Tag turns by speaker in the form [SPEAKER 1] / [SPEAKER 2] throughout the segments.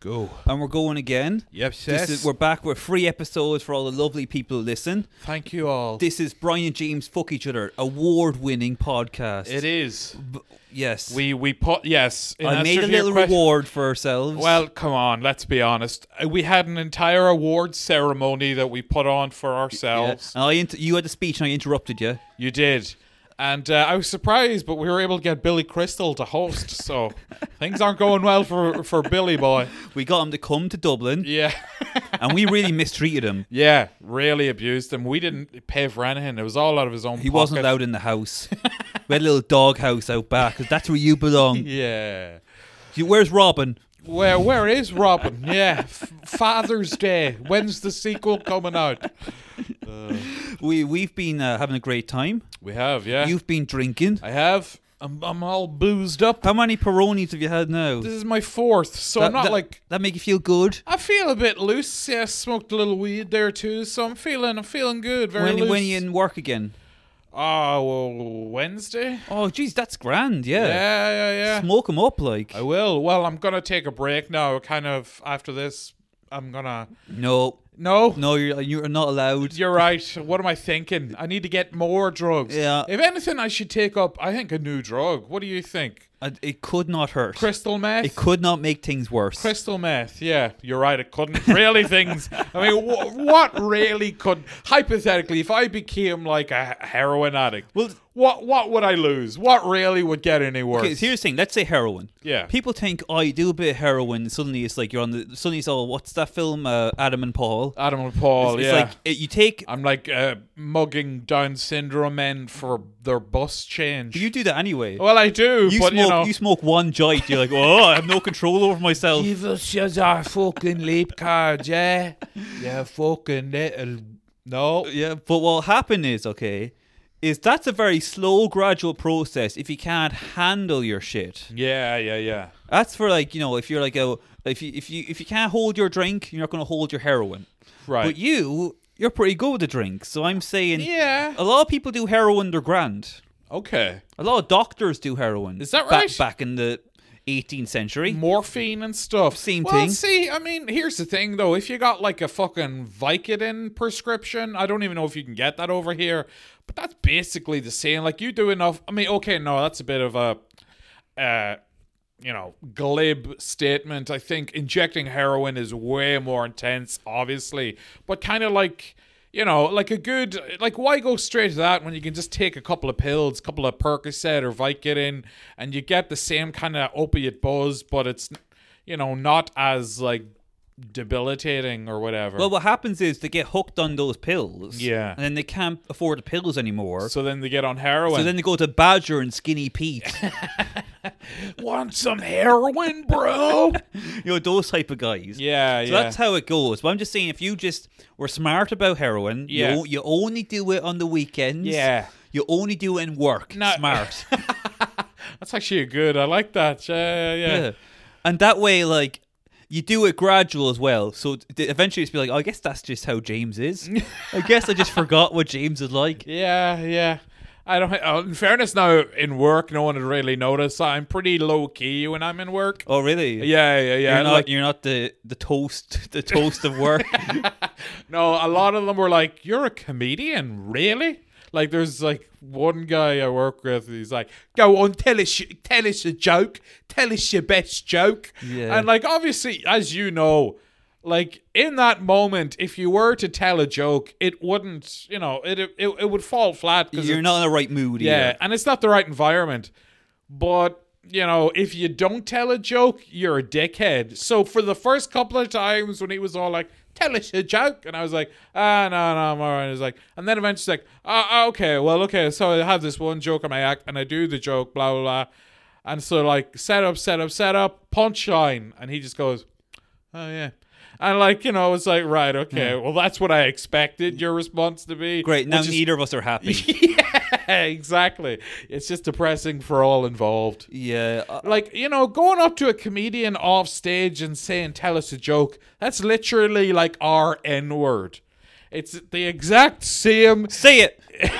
[SPEAKER 1] Go.
[SPEAKER 2] and we're going again.
[SPEAKER 1] Yep,
[SPEAKER 2] This is,
[SPEAKER 1] sis.
[SPEAKER 2] we're back with three episodes for all the lovely people who listen.
[SPEAKER 1] Thank you all.
[SPEAKER 2] This is Brian and James Fuck Each Other, award winning podcast.
[SPEAKER 1] It is.
[SPEAKER 2] Yes.
[SPEAKER 1] We we put yes. in
[SPEAKER 2] I
[SPEAKER 1] answer
[SPEAKER 2] made a
[SPEAKER 1] to your
[SPEAKER 2] little
[SPEAKER 1] question-
[SPEAKER 2] reward for ourselves.
[SPEAKER 1] Well, come on. Let's be honest. Uh, We had an entire award ceremony that we put on for
[SPEAKER 2] yeah.
[SPEAKER 1] ourselves.
[SPEAKER 2] and I inter- you had the speech and I interrupted you.
[SPEAKER 1] You did. And uh, I was surprised, but we were able to get Billy Crystal to host, so things aren't going well for, for Billy Boy.
[SPEAKER 2] We got him to come to Dublin
[SPEAKER 1] Yeah.
[SPEAKER 2] and we really mistreated him.
[SPEAKER 1] Yeah, really abused him. We didn't pay for anything. It was all out of his own
[SPEAKER 2] He wasn't
[SPEAKER 1] pocket.
[SPEAKER 2] allowed in the house. we had a little dog house out back 'cause that's where you belong.
[SPEAKER 1] Yeah.
[SPEAKER 2] You- Where's Robin?
[SPEAKER 1] Where where is Robin? Yeah, F- Father's Day. When's the sequel coming out?
[SPEAKER 2] We, we've been uh, having a great time.
[SPEAKER 1] We have, yeah.
[SPEAKER 2] You've been drinking.
[SPEAKER 1] I have. I'm, I'm all boozed up.
[SPEAKER 2] How many Peronis have you had now?
[SPEAKER 1] This is my fourth, so I'm not like
[SPEAKER 2] that make you feel good.
[SPEAKER 1] I feel a bit loose. Yeah, I smoked a little weed there too, so I'm feeling I'm feeling good. Very
[SPEAKER 2] When
[SPEAKER 1] loose.
[SPEAKER 2] when you in work again?
[SPEAKER 1] oh well, Wednesday.
[SPEAKER 2] Oh, geez, that's grand. Yeah,
[SPEAKER 1] Yeah, yeah, yeah.
[SPEAKER 2] smoke them up like.
[SPEAKER 1] I will. Well, I'm gonna take a break now. Kind of after this, I'm gonna.
[SPEAKER 2] No,
[SPEAKER 1] No,
[SPEAKER 2] no, you're you're not allowed.
[SPEAKER 1] You're right. What am I thinking? I need to get more drugs.
[SPEAKER 2] Yeah.
[SPEAKER 1] If anything, I should take up, I think, a new drug. What do you think?
[SPEAKER 2] Uh, It could not hurt.
[SPEAKER 1] Crystal meth?
[SPEAKER 2] It could not make things worse.
[SPEAKER 1] Crystal meth. Yeah, you're right. It couldn't. Really, things. I mean, wh- what really could. Hypothetically, if I became like a heroin addict,
[SPEAKER 2] Well-
[SPEAKER 1] what, what would I lose? What really would get any worse?
[SPEAKER 2] Okay, so here's the thing. Let's say heroin.
[SPEAKER 1] Yeah.
[SPEAKER 2] People think, oh, you do a bit of heroin, suddenly it's like you're on the. Suddenly it's all, what's that film? Uh, Adam and Paul.
[SPEAKER 1] Adam and Paul,
[SPEAKER 2] it's
[SPEAKER 1] yeah.
[SPEAKER 2] like it, you take.
[SPEAKER 1] I'm like uh, mugging Down syndrome men for their bus change.
[SPEAKER 2] You do that anyway.
[SPEAKER 1] well, I do,
[SPEAKER 2] you
[SPEAKER 1] Oh, but
[SPEAKER 2] smoke.
[SPEAKER 1] you know.
[SPEAKER 2] smoke one joint. You're like, oh, I have no control over myself.
[SPEAKER 1] Give us your our fucking leap card, yeah? Yeah, fucking little. No.
[SPEAKER 2] Yeah, but what'll happen is, okay, is that's a very slow, gradual process if you can't handle your shit.
[SPEAKER 1] Yeah, yeah, yeah.
[SPEAKER 2] That's for like, you know, if you're like a if you if you if you can't hold your drink, you're not gonna hold your heroin.
[SPEAKER 1] Right.
[SPEAKER 2] But you you're pretty good with the drink. So I'm saying
[SPEAKER 1] yeah.
[SPEAKER 2] a lot of people do heroin they're grand.
[SPEAKER 1] Okay.
[SPEAKER 2] A lot of doctors do heroin.
[SPEAKER 1] Is that
[SPEAKER 2] Ba-
[SPEAKER 1] right?
[SPEAKER 2] back in the eighteenth century.
[SPEAKER 1] Morphine and stuff.
[SPEAKER 2] Same
[SPEAKER 1] well,
[SPEAKER 2] thing.
[SPEAKER 1] see, I mean, here's the thing, though. If you got like a fucking Vicodin prescription, I don't even know if you can get that over here, but that's basically the same. Like, you do enough. I mean, okay, no, that's a bit of a. Uh, you know, glib statement. I think injecting heroin is way more intense, obviously, but kind of like, you know, like a good, like why go straight to that when you can just take a couple of pills, couple of Percocet or Vicodin, and you get the same kind of opiate buzz, but it's, you know, not as like debilitating or whatever.
[SPEAKER 2] Well, what happens is they get hooked on those pills.
[SPEAKER 1] Yeah.
[SPEAKER 2] And then they can't afford the pills anymore.
[SPEAKER 1] so then they get on heroin.
[SPEAKER 2] so then they go to Badger and Skinny Pete.
[SPEAKER 1] want some heroin, bro?
[SPEAKER 2] you know those type of guys.
[SPEAKER 1] yeah,
[SPEAKER 2] So
[SPEAKER 1] yeah.
[SPEAKER 2] that's how it goes. But I'm just saying, if you just were smart about heroin,
[SPEAKER 1] Yeah.
[SPEAKER 2] you, o- you only do it on the weekends.
[SPEAKER 1] Yeah.
[SPEAKER 2] You only do it in work.
[SPEAKER 1] No.
[SPEAKER 2] Smart.
[SPEAKER 1] that's actually a good. I like that. Yeah, yeah, yeah.
[SPEAKER 2] Yeah. And that way, like, you do it gradual as well. So t- eventually it's be like, oh, I guess that's just how James is. I guess I just forgot what James is like.
[SPEAKER 1] Yeah, yeah. I don't. Uh, in fairness, now in work, no one would really notice. I'm pretty low key when I'm in work.
[SPEAKER 2] Oh, really?
[SPEAKER 1] Yeah, yeah, yeah.
[SPEAKER 2] You're not,
[SPEAKER 1] like,
[SPEAKER 2] you're not the, the toast the toast of work.
[SPEAKER 1] no, a lot of them were like, "You're a comedian, really?" Like, there's like one guy I work with. He's like, "Go on, tell us, y- tell us a joke, tell us your best joke."
[SPEAKER 2] Yeah.
[SPEAKER 1] And like, obviously, as you know. Like in that moment, if you were to tell a joke, it wouldn't, you know, it it, it would fall flat. 'cause
[SPEAKER 2] you're
[SPEAKER 1] it's-
[SPEAKER 2] not in the right mood.
[SPEAKER 1] Yeah,
[SPEAKER 2] either.
[SPEAKER 1] and it's not the right environment. But, you know, if you don't tell a joke, you're a dickhead. So for the first couple of times when he was all like, tell us a joke, and I was like, ah, no, no, I'm all right. He's like, and then eventually he's like, ah, ah, okay, well, okay, so I have this one joke in my act, and I do the joke, blah, blah, blah. And so, like, set up, set up, set up, punchline. And he just goes, oh, yeah. And, like, you know, it's like, right, okay, well, that's what I expected your response to be.
[SPEAKER 2] Great. Now
[SPEAKER 1] which is
[SPEAKER 2] neither of us are happy.
[SPEAKER 1] yeah, exactly. It's just depressing for all involved.
[SPEAKER 2] yeah. I-
[SPEAKER 1] Like, you know, going up to a comedian off stage and saying, tell us a joke, that's literally like our N word. It's the exact same.
[SPEAKER 2] Say it.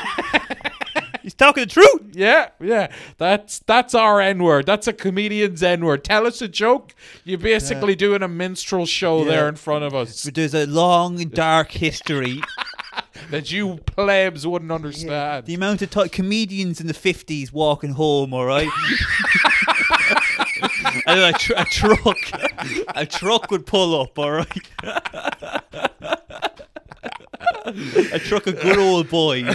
[SPEAKER 2] He's talking the truth.
[SPEAKER 1] Yeah, yeah. That's that's our N word. That's a comedian's N word. Tell us a joke. You're basically doing a minstrel show
[SPEAKER 2] Yeah.
[SPEAKER 1] there in front of us
[SPEAKER 2] There's a long, dark history.
[SPEAKER 1] that you plebs wouldn't understand.
[SPEAKER 2] The amount of ti- comedians in the 50s walking home, all right? and a, tr- a truck, a truck would pull up, all right? a truck of good old boys.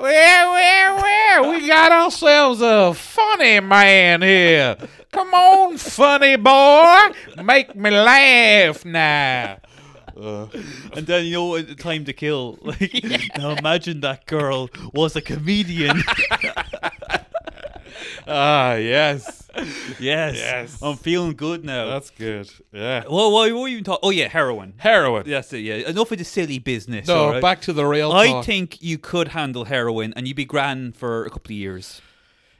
[SPEAKER 1] Well, well, well. We got ourselves a funny man here. Come on, funny boy. Make me laugh now. Uh,
[SPEAKER 2] And then, you know, at Time to Kill. Like, Now imagine that girl was a comedian.
[SPEAKER 1] Ah, yes.
[SPEAKER 2] yes.
[SPEAKER 1] Yes.
[SPEAKER 2] I'm feeling good now.
[SPEAKER 1] That's good. Yeah.
[SPEAKER 2] Well, what, what were you even talking? Oh, yeah, heroin.
[SPEAKER 1] Heroin.
[SPEAKER 2] That's it, yeah. Enough of the silly business. all
[SPEAKER 1] No,
[SPEAKER 2] right?
[SPEAKER 1] back to the real
[SPEAKER 2] I
[SPEAKER 1] talk.
[SPEAKER 2] think you could handle heroin and you'd be grand for a couple of years.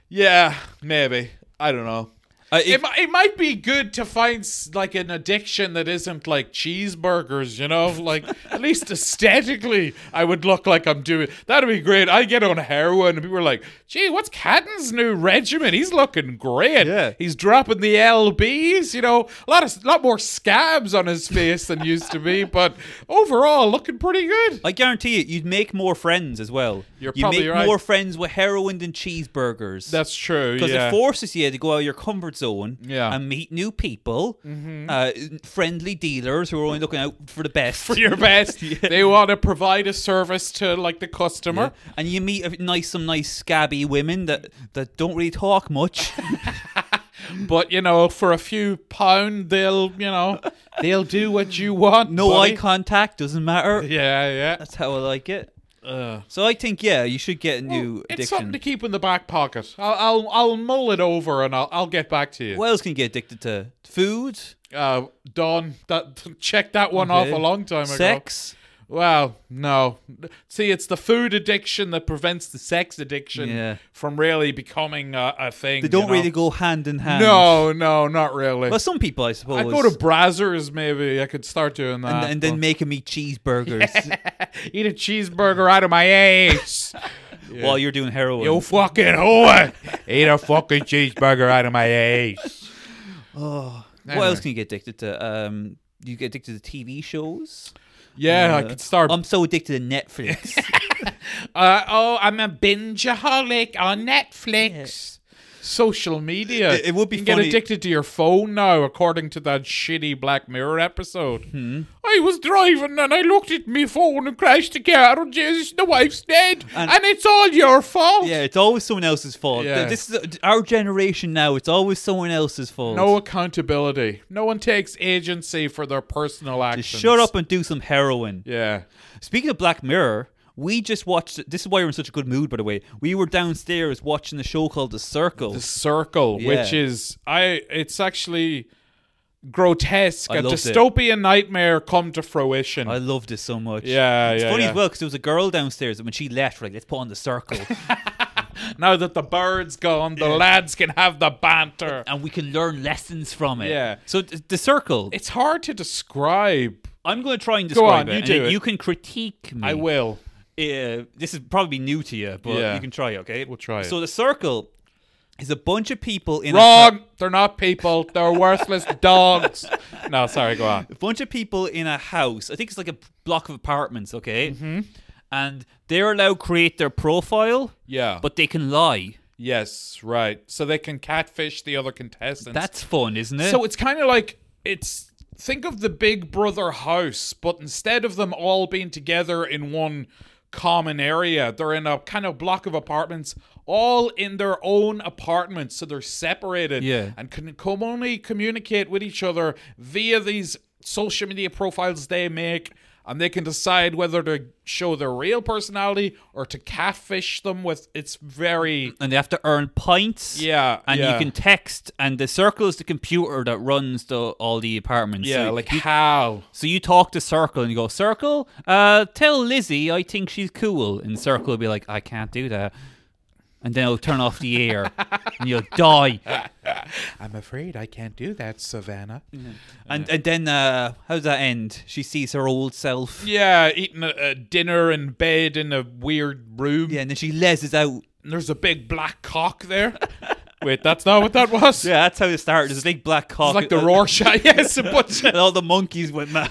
[SPEAKER 1] yeah, maybe. I don't know.
[SPEAKER 2] Uh,
[SPEAKER 1] It,
[SPEAKER 2] if-
[SPEAKER 1] mi- it might be good to find s- like an addiction that isn't like cheeseburgers, you know? Like, at least aesthetically, I would look like I'm doing. That'd be great. I get on heroin and people are like, gee, what's Cadden's new regimen? He's looking great.
[SPEAKER 2] Yeah.
[SPEAKER 1] He's dropping the LBs, you know? A lot, of, lot more scabs on his face than used to be, but overall, looking pretty good.
[SPEAKER 2] I guarantee you, you'd make more friends as well.
[SPEAKER 1] You're
[SPEAKER 2] you
[SPEAKER 1] probably
[SPEAKER 2] make
[SPEAKER 1] right.
[SPEAKER 2] more friends with heroin than cheeseburgers.
[SPEAKER 1] That's true.
[SPEAKER 2] because
[SPEAKER 1] yeah.
[SPEAKER 2] it forces you to go out of your comfort zone
[SPEAKER 1] Yeah. Mm-hmm.
[SPEAKER 2] and meet new people, uh, friendly dealers who are only looking out for the best.
[SPEAKER 1] for your best. They want to provide a service to like the customer.
[SPEAKER 2] and you meet a nice, some nice scabby women that, that don't really talk much.
[SPEAKER 1] But you know, for a few pound, they'll you know they'll do what you want.
[SPEAKER 2] No
[SPEAKER 1] buddy.
[SPEAKER 2] eye contact, doesn't matter.
[SPEAKER 1] Yeah, yeah.
[SPEAKER 2] That's how I like it.
[SPEAKER 1] Uh,
[SPEAKER 2] So I think, yeah, you should get a new addiction.
[SPEAKER 1] it's something to keep in the back pocket. I'll I'll, I'll mull it over and I'll, I'll get back to you.
[SPEAKER 2] What else can you get addicted to? Food,
[SPEAKER 1] Uh, Don, that check that one off
[SPEAKER 2] Okay.
[SPEAKER 1] a long time ago.
[SPEAKER 2] sex.
[SPEAKER 1] Well, no. See, it's the food addiction that prevents the sex addiction
[SPEAKER 2] Yeah.
[SPEAKER 1] from really becoming a, a thing.
[SPEAKER 2] They don't
[SPEAKER 1] you know?
[SPEAKER 2] really go hand in hand.
[SPEAKER 1] No, no, not really.
[SPEAKER 2] Well, some people, I suppose.
[SPEAKER 1] I'd go to Brazzers maybe. I could start doing that.
[SPEAKER 2] and, and then making me cheeseburgers
[SPEAKER 1] eat a cheeseburger out of my ass.
[SPEAKER 2] while you're doing heroin.
[SPEAKER 1] you fucking whore. Eat a fucking cheeseburger out of my ass.
[SPEAKER 2] Oh.
[SPEAKER 1] Anyway.
[SPEAKER 2] What else can you get addicted to? Um, you get addicted to TV shows.
[SPEAKER 1] Yeah, I
[SPEAKER 2] Uh,
[SPEAKER 1] could start.
[SPEAKER 2] I'm so addicted to Netflix.
[SPEAKER 1] uh, oh, I'm a bingeaholic on Netflix. Social media.
[SPEAKER 2] It- it would be
[SPEAKER 1] you can
[SPEAKER 2] funny-
[SPEAKER 1] get addicted to your phone now, according to that shitty Black Mirror episode.
[SPEAKER 2] Hmm.
[SPEAKER 1] I was driving and I looked at my phone and crashed the car. Oh, Jesus, the wife's dead,
[SPEAKER 2] And-
[SPEAKER 1] and, it's all your fault.
[SPEAKER 2] yeah, it's always someone else's fault. Th-
[SPEAKER 1] Yeah.
[SPEAKER 2] This is our generation now. It's always someone else's fault.
[SPEAKER 1] No accountability. No one takes agency for their personal actions.
[SPEAKER 2] Just shut up and do some heroin.
[SPEAKER 1] Yeah.
[SPEAKER 2] Speaking of Black Mirror, we just watched. This is why we're in such a good mood, by the way. We were downstairs watching a show called The Circle.
[SPEAKER 1] The circle, which
[SPEAKER 2] Yeah.
[SPEAKER 1] is I it's actually grotesque.
[SPEAKER 2] I
[SPEAKER 1] a
[SPEAKER 2] loved it.
[SPEAKER 1] dystopian nightmare come to fruition.
[SPEAKER 2] I loved it so much.
[SPEAKER 1] yeah,
[SPEAKER 2] It's
[SPEAKER 1] yeah.
[SPEAKER 2] funny
[SPEAKER 1] yeah.
[SPEAKER 2] as well because there was a girl downstairs, and when she left, we're like, let's put on the circle,
[SPEAKER 1] Now that the bird's gone, the lads can have the banter.
[SPEAKER 2] and we can learn lessons from it.
[SPEAKER 1] Yeah.
[SPEAKER 2] So th- the circle.
[SPEAKER 1] It's hard to describe.
[SPEAKER 2] I'm going to try and describe
[SPEAKER 1] on,
[SPEAKER 2] it.
[SPEAKER 1] you
[SPEAKER 2] and
[SPEAKER 1] do
[SPEAKER 2] then
[SPEAKER 1] it.
[SPEAKER 2] You can critique me.
[SPEAKER 1] I will.
[SPEAKER 2] Uh, this is probably new to you, but
[SPEAKER 1] Yeah.
[SPEAKER 2] you can try. it, Okay,
[SPEAKER 1] We'll try it.
[SPEAKER 2] So the circle is a bunch of people in A,
[SPEAKER 1] Wrong. They're not people. They're worthless dogs. No, sorry, go on.
[SPEAKER 2] a bunch of people in a house. I think it's like a block of apartments. Okay. Mm-hmm. And they're allowed to create their profile,
[SPEAKER 1] Yeah.
[SPEAKER 2] but they can lie.
[SPEAKER 1] yes, right. So they can catfish the other contestants.
[SPEAKER 2] That's fun, isn't it?
[SPEAKER 1] So it's kind of like it's think of the Big Brother house, but instead of them all being together in one common area, they're in a kind of block of apartments, all in their own apartments, so they're separated
[SPEAKER 2] Yeah.
[SPEAKER 1] and can com- only communicate with each other via these social media profiles they make. And they can decide whether to show their real personality or to catfish them with. It's very
[SPEAKER 2] and they have to earn points.
[SPEAKER 1] Yeah,
[SPEAKER 2] and
[SPEAKER 1] yeah.
[SPEAKER 2] you can text, and the circle is the computer that runs the, all the apartments.
[SPEAKER 1] yeah,
[SPEAKER 2] so,
[SPEAKER 1] like how
[SPEAKER 2] so you talk to Circle and you go, Circle, uh, tell Lizzie I think she's cool, and Circle will be like, I can't do that. and then it'll turn off the air and you'll die.
[SPEAKER 1] I'm afraid I can't do that, Savannah.
[SPEAKER 2] And, and then uh, how does that end? She sees her old self.
[SPEAKER 1] Yeah, eating a, a dinner in bed in a weird room.
[SPEAKER 2] Yeah, and then she lezzes out.
[SPEAKER 1] And there's a big black cock there. Wait, that's not what that was?
[SPEAKER 2] Yeah, Uh, that's how it started. There's a big black cock.
[SPEAKER 1] It's like the Rorschach. Yes, a bunch of- uh,
[SPEAKER 2] And all the monkeys went mad.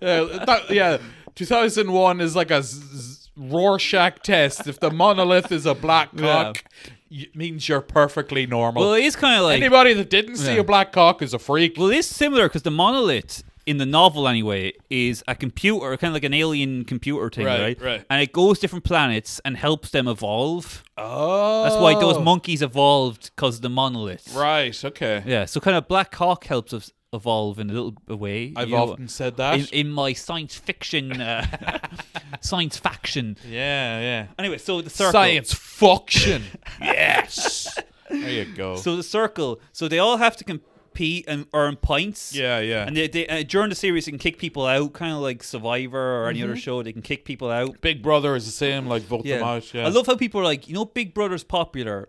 [SPEAKER 1] Yeah, that- yeah, 2001 is like a z- z- Rorschach test. If the monolith is a black
[SPEAKER 2] Yeah.
[SPEAKER 1] cock, it means you're perfectly normal.
[SPEAKER 2] well, it is kind of like.
[SPEAKER 1] Anybody that didn't see
[SPEAKER 2] Yeah.
[SPEAKER 1] a black cock is a freak.
[SPEAKER 2] Well, it is similar because the monolith in the novel, anyway, is a computer, kind of like an alien computer thing,
[SPEAKER 1] Right,
[SPEAKER 2] right?
[SPEAKER 1] right.
[SPEAKER 2] And it goes different planets and helps them evolve.
[SPEAKER 1] Oh,
[SPEAKER 2] That's why those monkeys evolved because of the monolith.
[SPEAKER 1] Right. Okay.
[SPEAKER 2] Yeah. So kind of Black Hawk helps us evolve in a little way.
[SPEAKER 1] I've
[SPEAKER 2] you know,
[SPEAKER 1] often said that.
[SPEAKER 2] in, in my science fiction, uh, science faction.
[SPEAKER 1] yeah. Yeah.
[SPEAKER 2] Anyway, so the circle.
[SPEAKER 1] Science function. yes. There you go.
[SPEAKER 2] So the circle. So they all have to compete and earn points.
[SPEAKER 1] yeah, yeah.
[SPEAKER 2] And they, they uh, during the series they can kick people out, kind of like Survivor or any other show. They can kick people out.
[SPEAKER 1] Big Brother is the same, like vote them out. Yeah.
[SPEAKER 2] I love how people are like, you know, Big Brother's popular.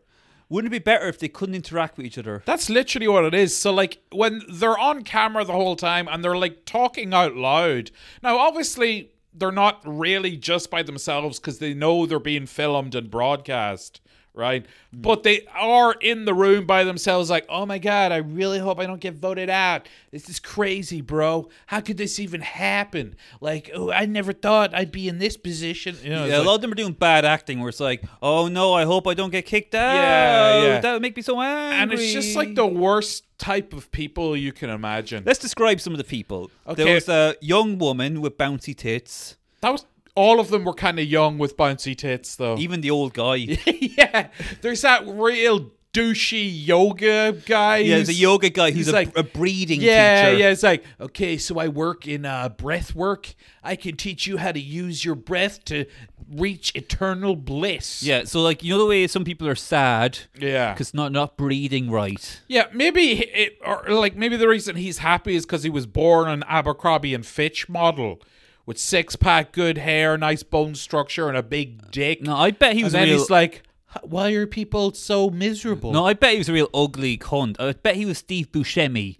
[SPEAKER 2] Wouldn't it be better if they couldn't interact with each other?
[SPEAKER 1] That's literally what it is. So like when they're on camera the whole time and they're like talking out loud. Now obviously they're not really just by themselves because they know they're being filmed and broadcast, right?
[SPEAKER 2] Mm.
[SPEAKER 1] But they are in the room by themselves like, "Oh my god, I really hope I don't get voted out. This is crazy, bro. How could this even happen? Like, oh, I never thought I'd be in this position." You know, it's
[SPEAKER 2] Yeah, a
[SPEAKER 1] like-
[SPEAKER 2] lot of them are doing bad acting where it's like, oh no, I hope I don't get kicked out.
[SPEAKER 1] yeah.
[SPEAKER 2] That would make me so
[SPEAKER 1] and
[SPEAKER 2] angry.
[SPEAKER 1] it's just like the worst type of people you can imagine.
[SPEAKER 2] Let's describe some of the people.
[SPEAKER 1] Okay.
[SPEAKER 2] There was a young woman with bouncy tits,
[SPEAKER 1] That was all of them were kind of young with bouncy tits though.
[SPEAKER 2] even the old guy.
[SPEAKER 1] yeah, there's that real douchey yoga guy.
[SPEAKER 2] yeah,
[SPEAKER 1] who's-
[SPEAKER 2] the yoga guy who's
[SPEAKER 1] he's
[SPEAKER 2] a,
[SPEAKER 1] like-
[SPEAKER 2] a breeding
[SPEAKER 1] Yeah,
[SPEAKER 2] teacher.
[SPEAKER 1] yeah. It's like okay, so I work in uh, breath work. I can teach you how to use your breath to reach eternal bliss.
[SPEAKER 2] Yeah, so like, you know the way some people are sad?
[SPEAKER 1] Yeah.
[SPEAKER 2] Because not, not breathing right.
[SPEAKER 1] Yeah, maybe it, or like maybe the reason he's happy is because he was born an Abercrombie and Fitch model with six pack, good hair, nice bone structure, and a big dick.
[SPEAKER 2] No, I bet he
[SPEAKER 1] and
[SPEAKER 2] was
[SPEAKER 1] then
[SPEAKER 2] a real...
[SPEAKER 1] he's like, "H- "Why are people so miserable?"
[SPEAKER 2] No, I bet he was a real ugly cunt. I bet he was Steve Buscemi.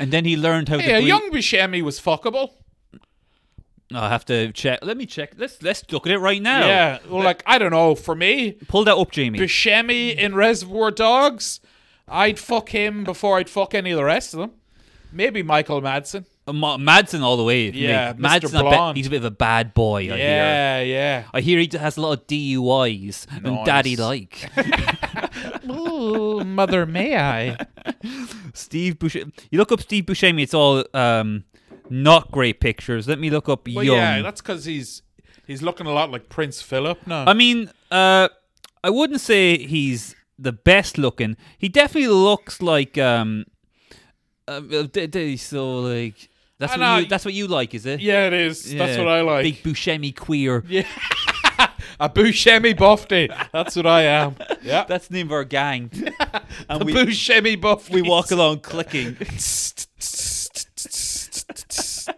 [SPEAKER 2] and then he learned how to
[SPEAKER 1] yeah,
[SPEAKER 2] breathe.
[SPEAKER 1] young Buscemi was fuckable.
[SPEAKER 2] I have to check. Let me check. Let's let's look at it right now.
[SPEAKER 1] Yeah, well, like I don't know. For me,
[SPEAKER 2] Pull that up, Jamie.
[SPEAKER 1] Buscemi in Reservoir Dogs, I'd fuck him before I'd fuck any of the rest of them. Maybe Michael Madsen.
[SPEAKER 2] Uh, Ma- Madsen all the way. for me.
[SPEAKER 1] Yeah, Mr.
[SPEAKER 2] Madsen. I bet
[SPEAKER 1] Blonde.
[SPEAKER 2] he's a bit of a bad boy. I hear.
[SPEAKER 1] Yeah, yeah.
[SPEAKER 2] I hear he d- has a lot of DUIs
[SPEAKER 1] Nice.
[SPEAKER 2] and daddy like.
[SPEAKER 1] Ooh, mother, may I?
[SPEAKER 2] Steve Buscemi. You look up Steve Buscemi. It's all um, not great pictures. Let me look up
[SPEAKER 1] Well,
[SPEAKER 2] young.
[SPEAKER 1] yeah, that's because he's he's looking a lot like Prince Philip now.
[SPEAKER 2] I mean, uh, I wouldn't say he's the best looking. He definitely looks like um, uh, uh, d- d- so like that's
[SPEAKER 1] I
[SPEAKER 2] what
[SPEAKER 1] know.
[SPEAKER 2] you, that's what you like, is it?
[SPEAKER 1] yeah, it is. That's
[SPEAKER 2] Yeah.
[SPEAKER 1] what I like.
[SPEAKER 2] Big Buscemi queer.
[SPEAKER 1] A Buscemi buffy. That's what I am. Yeah,
[SPEAKER 2] That's the name of our gang. and
[SPEAKER 1] a
[SPEAKER 2] we
[SPEAKER 1] Buscemi buffy.
[SPEAKER 2] we walk along clicking.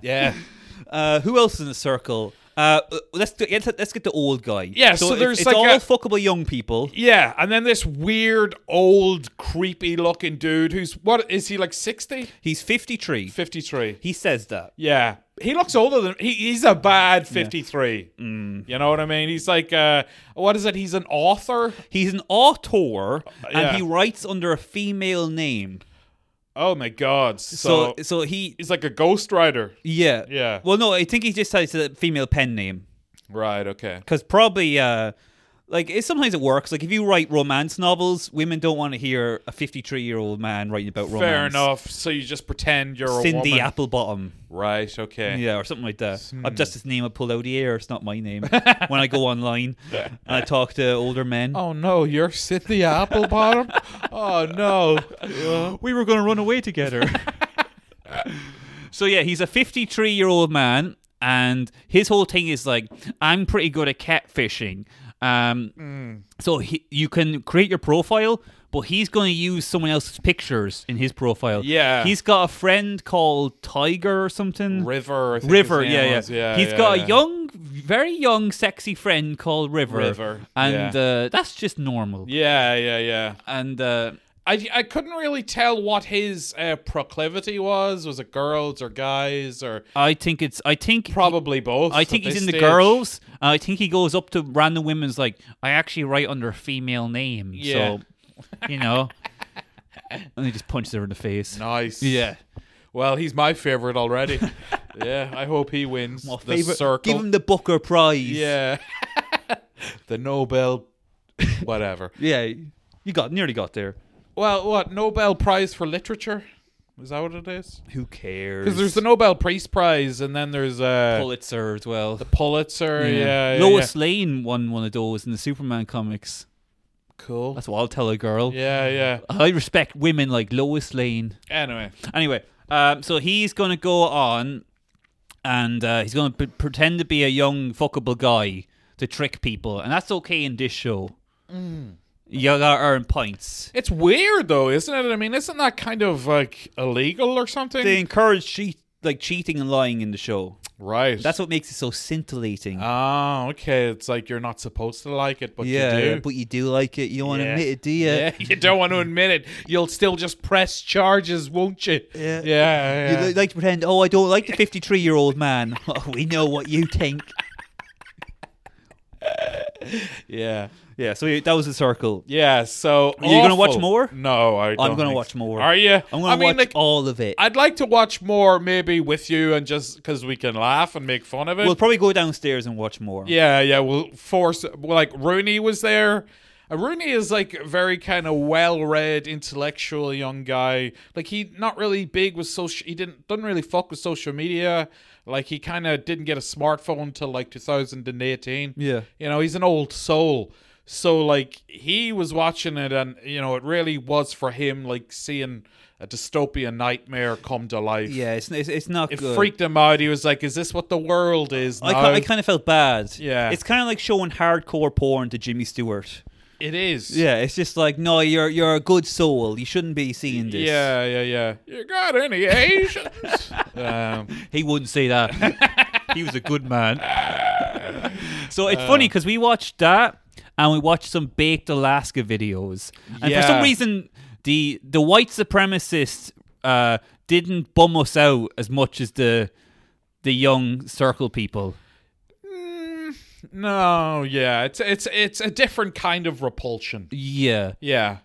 [SPEAKER 1] yeah.
[SPEAKER 2] Uh, who else in the circle? Uh, uh, let's do, let's let's get the old guy.
[SPEAKER 1] Yeah, so
[SPEAKER 2] it's-
[SPEAKER 1] there's
[SPEAKER 2] it's
[SPEAKER 1] like
[SPEAKER 2] all
[SPEAKER 1] a-
[SPEAKER 2] fuckable young people.
[SPEAKER 1] Yeah, and then this weird, old, creepy looking dude who's what is he like 60?
[SPEAKER 2] He's 53.
[SPEAKER 1] 53.
[SPEAKER 2] He says that.
[SPEAKER 1] Yeah. He looks older than he, he's a bad 53.
[SPEAKER 2] Mm.
[SPEAKER 1] You know what I mean? He's like uh what is it? He's an author?
[SPEAKER 2] He's an author,
[SPEAKER 1] Oh, yeah.
[SPEAKER 2] and he writes under a female name.
[SPEAKER 1] Oh my god.
[SPEAKER 2] So
[SPEAKER 1] So,
[SPEAKER 2] so he
[SPEAKER 1] he's like a ghostwriter.
[SPEAKER 2] yeah
[SPEAKER 1] Yeah.
[SPEAKER 2] Well, no, I think he just has a female pen name
[SPEAKER 1] Right, okay.
[SPEAKER 2] because probably uh, like it, sometimes it works. Like if you write romance novels, women don't want to hear a fifty-three-year-old man writing about romance.
[SPEAKER 1] Fair enough. So you just pretend you're a
[SPEAKER 2] Cindy
[SPEAKER 1] woman. Hmm.
[SPEAKER 2] Applebottom,
[SPEAKER 1] Right, okay.
[SPEAKER 2] yeah, or something like that. I've just his name I pulled out of the air. It's not my name. when I go online and I talk to older men,
[SPEAKER 1] Oh no, you're Cindy Applebottom? oh no.
[SPEAKER 2] we were going to run away together. so yeah, he's a 53 year old man, and his whole thing is like, I'm
[SPEAKER 1] Mm.
[SPEAKER 2] pretty good at catfishing. Um, so he, you can create your profile, but he's going to use someone else's pictures in his profile.
[SPEAKER 1] Yeah.
[SPEAKER 2] He's got a friend called Tiger or something.
[SPEAKER 1] River. I think
[SPEAKER 2] River,
[SPEAKER 1] his name
[SPEAKER 2] yeah, yeah.
[SPEAKER 1] was. yeah.
[SPEAKER 2] He's
[SPEAKER 1] yeah,
[SPEAKER 2] got
[SPEAKER 1] yeah.
[SPEAKER 2] a young, very young, sexy friend called River.
[SPEAKER 1] River,
[SPEAKER 2] And uh, that's just normal.
[SPEAKER 1] Yeah, yeah, yeah.
[SPEAKER 2] And uh,
[SPEAKER 1] I, I couldn't really tell what his uh, proclivity was. Was it girls or guys or
[SPEAKER 2] I think it's, I think,
[SPEAKER 1] probably both?
[SPEAKER 2] I
[SPEAKER 1] at
[SPEAKER 2] think he's
[SPEAKER 1] this
[SPEAKER 2] in the
[SPEAKER 1] stage.
[SPEAKER 2] girls. and I think he goes up to random women's like, I actually write under a female name.
[SPEAKER 1] Yeah.
[SPEAKER 2] So, you know. and he just punches her in the face.
[SPEAKER 1] Nice.
[SPEAKER 2] Yeah.
[SPEAKER 1] Well, he's my favorite already. yeah, I hope he wins
[SPEAKER 2] My
[SPEAKER 1] the
[SPEAKER 2] favorite-
[SPEAKER 1] circle.
[SPEAKER 2] Give him the Booker Prize.
[SPEAKER 1] yeah. the Nobel whatever.
[SPEAKER 2] Yeah. You got nearly got there.
[SPEAKER 1] Well, what Nobel Prize for literature? Is that what it is?
[SPEAKER 2] Who cares?
[SPEAKER 1] Because there's the Nobel Peace Prize, and then there's uh,
[SPEAKER 2] Pulitzer as well.
[SPEAKER 1] the Pulitzer. Yeah, yeah,
[SPEAKER 2] Lois
[SPEAKER 1] yeah.
[SPEAKER 2] Lane won one of those in the Superman comics.
[SPEAKER 1] Cool.
[SPEAKER 2] That's what I'll tell a girl.
[SPEAKER 1] Yeah, yeah.
[SPEAKER 2] I respect women like Lois Lane.
[SPEAKER 1] Anyway,
[SPEAKER 2] Anyway, um, so he's going to go on and uh, he's going to p- pretend to be a young, fuckable guy to trick people. And that's okay in this show. Mm. You got to earn points.
[SPEAKER 1] it's weird though, isn't it? I mean, isn't that kind of like illegal or something?
[SPEAKER 2] They encourage cheat, like cheating and lying in the show.
[SPEAKER 1] right.
[SPEAKER 2] That's what makes it so scintillating.
[SPEAKER 1] Oh, okay. It's like you're not supposed to like it, but
[SPEAKER 2] yeah,
[SPEAKER 1] you do.
[SPEAKER 2] but Ah, you do like it. You don't want to
[SPEAKER 1] Yeah.
[SPEAKER 2] admit it, do you?
[SPEAKER 1] yeah, you don't want to admit it. You'll still just press charges, won't you?
[SPEAKER 2] Yeah.
[SPEAKER 1] yeah. yeah.
[SPEAKER 2] You li- like to pretend, oh, I don't like the 53 year old man. oh, we know what you think.
[SPEAKER 1] yeah.
[SPEAKER 2] Yeah, so that was a circle.
[SPEAKER 1] Yeah, so
[SPEAKER 2] Are you gonna watch
[SPEAKER 1] awful.
[SPEAKER 2] more?
[SPEAKER 1] No, I. Don't
[SPEAKER 2] I'm going to
[SPEAKER 1] think
[SPEAKER 2] watch
[SPEAKER 1] so.
[SPEAKER 2] more.
[SPEAKER 1] Are you?
[SPEAKER 2] I'm going
[SPEAKER 1] I
[SPEAKER 2] to watch
[SPEAKER 1] mean, like,
[SPEAKER 2] all of it.
[SPEAKER 1] I'd like to watch more, maybe with you, and just because we can laugh and make fun of it.
[SPEAKER 2] we'll probably go downstairs and watch more.
[SPEAKER 1] yeah, yeah. We'll force. Well, like Rooney was there. Uh, Rooney is like a very kind of well-read, intellectual young guy. Like he not really big with social. He didn't doesn't really fuck with social media. Like he kind of didn't get a smartphone till like 2018.
[SPEAKER 2] Yeah.
[SPEAKER 1] You know, he's an old soul. So like he was watching it and you know, it really was for him like seeing a dystopian nightmare come to life.
[SPEAKER 2] Yeah, it's, it's, it's not
[SPEAKER 1] It
[SPEAKER 2] good.
[SPEAKER 1] freaked him out. He was like, Is this what the world is now?
[SPEAKER 2] I, ki- I kind of felt bad.
[SPEAKER 1] Yeah.
[SPEAKER 2] It's kind of like showing hardcore porn to Jimmy Stewart.
[SPEAKER 1] it is.
[SPEAKER 2] Yeah, it's just like, no, you're you're a good soul. You shouldn't be seeing this.
[SPEAKER 1] Yeah, yeah, yeah. You got any Asians? um,
[SPEAKER 2] He wouldn't say that. he was a good man. Uh. so it's funny 'cause funny because we watched that and we watched some baked Alaska videos, and for some
[SPEAKER 1] Yeah.
[SPEAKER 2] reason the the white supremacists uh, didn't bum us out as much as the the young circle people.
[SPEAKER 1] no, yeah. It's it's it's a different kind of repulsion.
[SPEAKER 2] Yeah,
[SPEAKER 1] Yeah.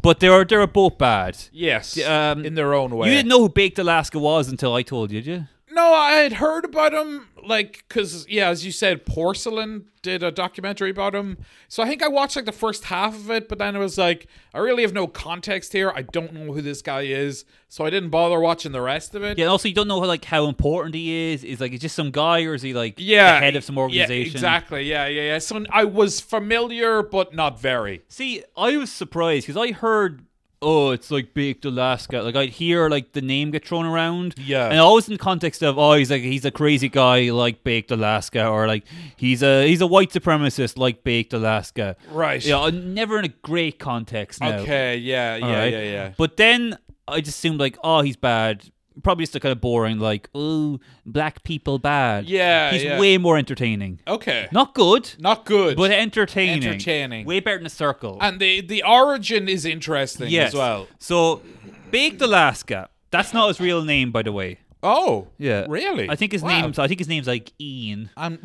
[SPEAKER 2] but they are they are both bad.
[SPEAKER 1] Yes.
[SPEAKER 2] Um,
[SPEAKER 1] in their own way.
[SPEAKER 2] You didn't know who Baked Alaska was until I told you, did you?
[SPEAKER 1] No, I had heard about him, like, because, yeah, as you said, Porcelain did a documentary about him. So I think I watched, like, the first half of it, but then it was like, I really have no context here. I don't know who this guy is. So I didn't bother watching the rest of it.
[SPEAKER 2] Yeah. and Also, you don't know how, like how important he is. Is like he's just some guy, or is he like
[SPEAKER 1] Yeah.
[SPEAKER 2] the head of some organization?
[SPEAKER 1] Yeah, exactly. Yeah, yeah, yeah. So I was familiar, but not very.
[SPEAKER 2] See, I was surprised because I heard, oh, it's like Baked Alaska. Like I'd hear like the name get thrown around.
[SPEAKER 1] Yeah.
[SPEAKER 2] And always in context of, oh, he's like he's a crazy guy like Baked Alaska, or like he's a he's a white supremacist like Baked Alaska.
[SPEAKER 1] Right.
[SPEAKER 2] Yeah. I'm Never in a great context. Now.
[SPEAKER 1] Okay, yeah, yeah,
[SPEAKER 2] Alright?
[SPEAKER 1] yeah, yeah.
[SPEAKER 2] But then I just assumed like, oh, he's bad. Probably just a kind of boring, like, oh, black people bad.
[SPEAKER 1] Yeah,
[SPEAKER 2] He's
[SPEAKER 1] yeah.
[SPEAKER 2] way more entertaining.
[SPEAKER 1] Okay.
[SPEAKER 2] Not good,
[SPEAKER 1] Not good.
[SPEAKER 2] but entertaining.
[SPEAKER 1] Entertaining.
[SPEAKER 2] Way better than a circle.
[SPEAKER 1] and the, the origin is interesting
[SPEAKER 2] yes.
[SPEAKER 1] as well.
[SPEAKER 2] So, Baked Alaska. That's not his real name, by the way.
[SPEAKER 1] Oh.
[SPEAKER 2] Yeah.
[SPEAKER 1] Really?
[SPEAKER 2] I think his
[SPEAKER 1] Wow.
[SPEAKER 2] name's I think his name's like Ian.
[SPEAKER 1] I'm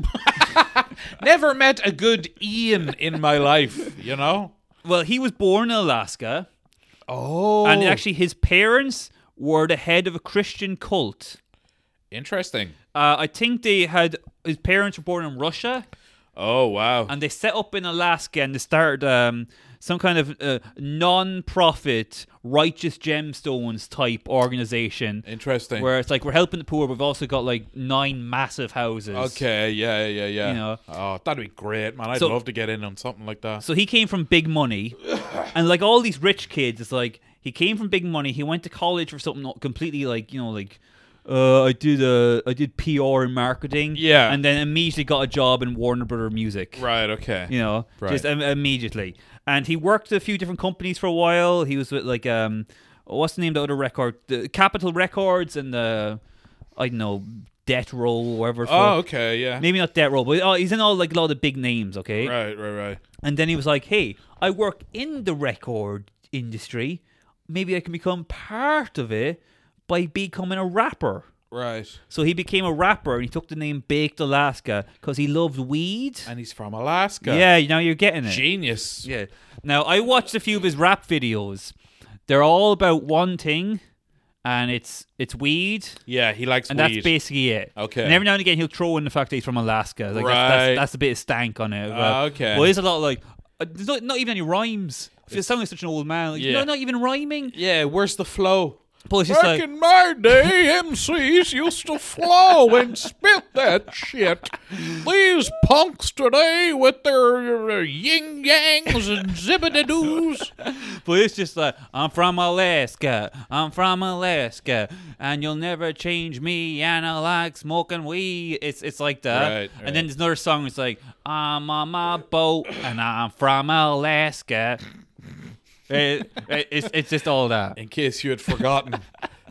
[SPEAKER 1] never met a good Ian in my life, you know?
[SPEAKER 2] Well, he was born in Alaska,
[SPEAKER 1] Oh.
[SPEAKER 2] and actually his parents were the head of a Christian cult.
[SPEAKER 1] interesting.
[SPEAKER 2] Uh, I think they had his parents were born in Russia,
[SPEAKER 1] Oh, wow.
[SPEAKER 2] and they set up in Alaska and they started um, some kind of uh, non-profit righteous gemstones type organization.
[SPEAKER 1] interesting.
[SPEAKER 2] Where it's like we're helping the poor, we've also got like nine massive houses.
[SPEAKER 1] okay, yeah, yeah, yeah.
[SPEAKER 2] You know.
[SPEAKER 1] Oh, that'd be great, man. I'd
[SPEAKER 2] So-
[SPEAKER 1] love to get in on something like that.
[SPEAKER 2] So he came from big money, and like all these rich kids, it's like he came from big money. He went to college for something not completely like you know like. Uh, I did uh, I did PR and marketing.
[SPEAKER 1] Yeah.
[SPEAKER 2] and then immediately got a job in Warner Brother Music.
[SPEAKER 1] Right, okay.
[SPEAKER 2] You know,
[SPEAKER 1] Right.
[SPEAKER 2] just im- immediately. and he worked at a few different companies for a while. He was with like um, what's the name of the other record? The Capitol Records and the I don't know Death Row, whatever. the
[SPEAKER 1] Oh,
[SPEAKER 2] fuck.
[SPEAKER 1] okay, yeah.
[SPEAKER 2] Maybe not Death Row, but oh, he's in all like a lot of big names. Okay,
[SPEAKER 1] Right, right, right.
[SPEAKER 2] and then he was like, "Hey, I work in the record industry. Maybe I can become part of it by becoming a rapper."
[SPEAKER 1] Right.
[SPEAKER 2] So he became a rapper, and he took the name Baked Alaska because he loved weed.
[SPEAKER 1] And he's from Alaska.
[SPEAKER 2] Yeah, now you're getting it.
[SPEAKER 1] Genius.
[SPEAKER 2] Yeah. Now I watched a few of his rap videos. They're all about one thing, and it's it's weed,
[SPEAKER 1] Yeah, he likes
[SPEAKER 2] and
[SPEAKER 1] weed.
[SPEAKER 2] that's basically it.
[SPEAKER 1] Okay.
[SPEAKER 2] And every now and again he'll throw in the fact that he's from Alaska. Like that's,
[SPEAKER 1] Right.
[SPEAKER 2] that's, that's a bit of stank on it.
[SPEAKER 1] Ah, okay.
[SPEAKER 2] Well, there's a lot of like uh, there's not, not even any rhymes. I feel sounding like such an old man. Like,
[SPEAKER 1] Yeah.
[SPEAKER 2] No, not even rhyming.
[SPEAKER 1] yeah, where's the flow?
[SPEAKER 2] But it's just
[SPEAKER 1] Back
[SPEAKER 2] like
[SPEAKER 1] in my day, MCs used to flow and spit that shit. These punks today with their uh, yin yangs and zibbidadoos.
[SPEAKER 2] But it's just like, I'm from Alaska, I'm from Alaska, and you'll never change me, and I like smoking weed. It's it's like that.
[SPEAKER 1] Right, right.
[SPEAKER 2] And then there's another song, it's like, I'm on my boat, and I'm from Alaska. It- it- it's, it's just all that.
[SPEAKER 1] In case you had forgotten, in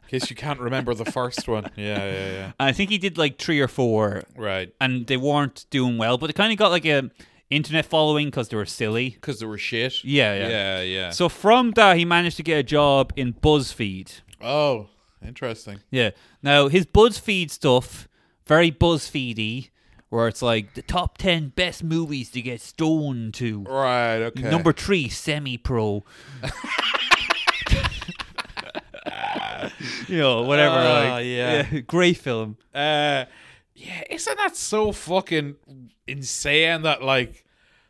[SPEAKER 1] case you can't remember the first one. Yeah, yeah, yeah.
[SPEAKER 2] I think he did like three or four,
[SPEAKER 1] Right.
[SPEAKER 2] and they weren't doing well, but they kind of got like a internet following because they were silly.
[SPEAKER 1] Because they were shit.
[SPEAKER 2] Yeah, yeah.
[SPEAKER 1] Yeah, yeah.
[SPEAKER 2] So from that, he managed to get a job in BuzzFeed.
[SPEAKER 1] oh, interesting.
[SPEAKER 2] Yeah. Now his BuzzFeed stuff, very BuzzFeedy, where it's like the top ten best movies to get stoned to.
[SPEAKER 1] Right, okay.
[SPEAKER 2] Number three, semi-pro. you know, whatever.
[SPEAKER 1] Ah,
[SPEAKER 2] like,
[SPEAKER 1] yeah.
[SPEAKER 2] great film.
[SPEAKER 1] Uh, yeah, isn't that so fucking insane that like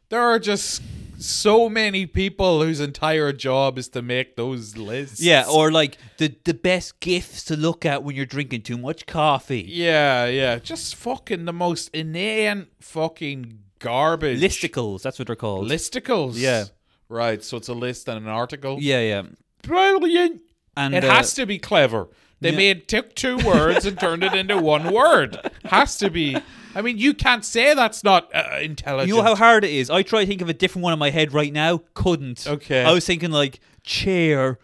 [SPEAKER 1] there are just so many people whose entire job is to make those lists?
[SPEAKER 2] Yeah, or like the the best gifts to look at when you're drinking too much coffee.
[SPEAKER 1] yeah, yeah. Just fucking the most inane fucking garbage.
[SPEAKER 2] Listicles, that's what they're called.
[SPEAKER 1] Listicles.
[SPEAKER 2] Yeah.
[SPEAKER 1] Right, so it's a list and an article.
[SPEAKER 2] yeah, yeah.
[SPEAKER 1] Brilliant.
[SPEAKER 2] And
[SPEAKER 1] It
[SPEAKER 2] uh,
[SPEAKER 1] has to be clever. They
[SPEAKER 2] yeah.
[SPEAKER 1] made took two words and turned it into one word. Has to be. I mean, you can't say that's not uh, intelligent.
[SPEAKER 2] You know how hard it is. I try to think of a different one in my head right now. Couldn't.
[SPEAKER 1] Okay.
[SPEAKER 2] I was thinking like chair,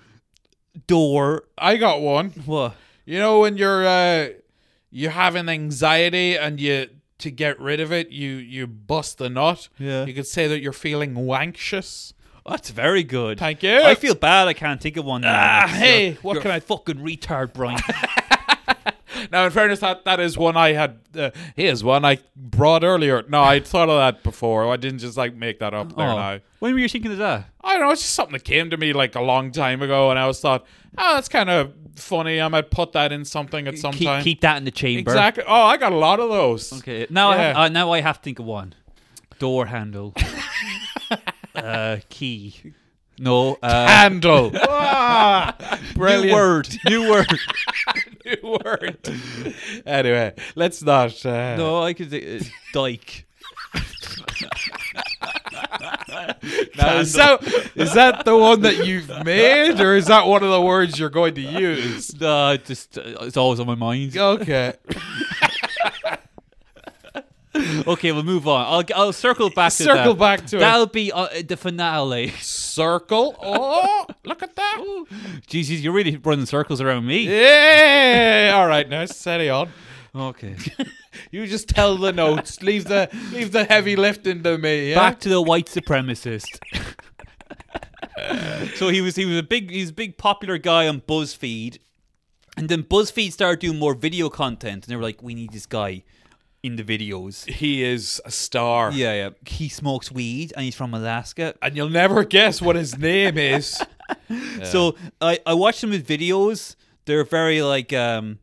[SPEAKER 2] door.
[SPEAKER 1] I got one.
[SPEAKER 2] What?
[SPEAKER 1] You know when you're uh, you have an anxiety and you to get rid of it, you you bust the nut.
[SPEAKER 2] Yeah.
[SPEAKER 1] You could say that you're feeling wanxious.
[SPEAKER 2] That's very good.
[SPEAKER 1] Thank you.
[SPEAKER 2] I feel bad. I can't think of one. Now.
[SPEAKER 1] Ah, hey, what
[SPEAKER 2] you're
[SPEAKER 1] can
[SPEAKER 2] a
[SPEAKER 1] I-
[SPEAKER 2] fucking retard, Brian?
[SPEAKER 1] now, in fairness, that that is one I had. Uh, here's one I brought earlier. No, I thought of that before. I didn't just like make that up there. Now.
[SPEAKER 2] oh. When were you thinking of that?
[SPEAKER 1] I don't know. It's just something that came to me like a long time ago, and I was thought, oh, that's kind of funny. I might put that in something at some
[SPEAKER 2] Keep,
[SPEAKER 1] time.
[SPEAKER 2] keep that in the chamber.
[SPEAKER 1] exactly. Oh, I got a lot of those.
[SPEAKER 2] Okay. Now I have,
[SPEAKER 1] Yeah.
[SPEAKER 2] uh, now I have to think of one. Door handle. uh, key. No. Uh,
[SPEAKER 1] Handle. ah, brilliant.
[SPEAKER 2] new word. New word.
[SPEAKER 1] New word. anyway, let's not. Uh,
[SPEAKER 2] no, I could think uh, dyke.
[SPEAKER 1] now, Uh, is, that, is that the one that you've made, or is that one of the words you're going to use?
[SPEAKER 2] No, it just uh, it's always on my mind.
[SPEAKER 1] Okay.
[SPEAKER 2] Okay, we'll move on. I'll I'll circle back to
[SPEAKER 1] Circle
[SPEAKER 2] that.
[SPEAKER 1] back to it.
[SPEAKER 2] That'll be uh, the finale.
[SPEAKER 1] Circle. Oh, look at that.
[SPEAKER 2] Jesus, you're really running circles around me.
[SPEAKER 1] Yeah. All right, now steady on.
[SPEAKER 2] Okay.
[SPEAKER 1] You just tell the notes. Leave the leave the heavy lifting to me. Yeah.
[SPEAKER 2] Back to the white supremacist. so he was he was a big he's a big popular guy on BuzzFeed. And then BuzzFeed started doing more video content and they were like, We need this guy in the videos.
[SPEAKER 1] He is a star.
[SPEAKER 2] Yeah, yeah. He smokes weed and he's from Alaska.
[SPEAKER 1] And you'll never guess what his name is.
[SPEAKER 2] So I, I watch them with videos. They're very like, um,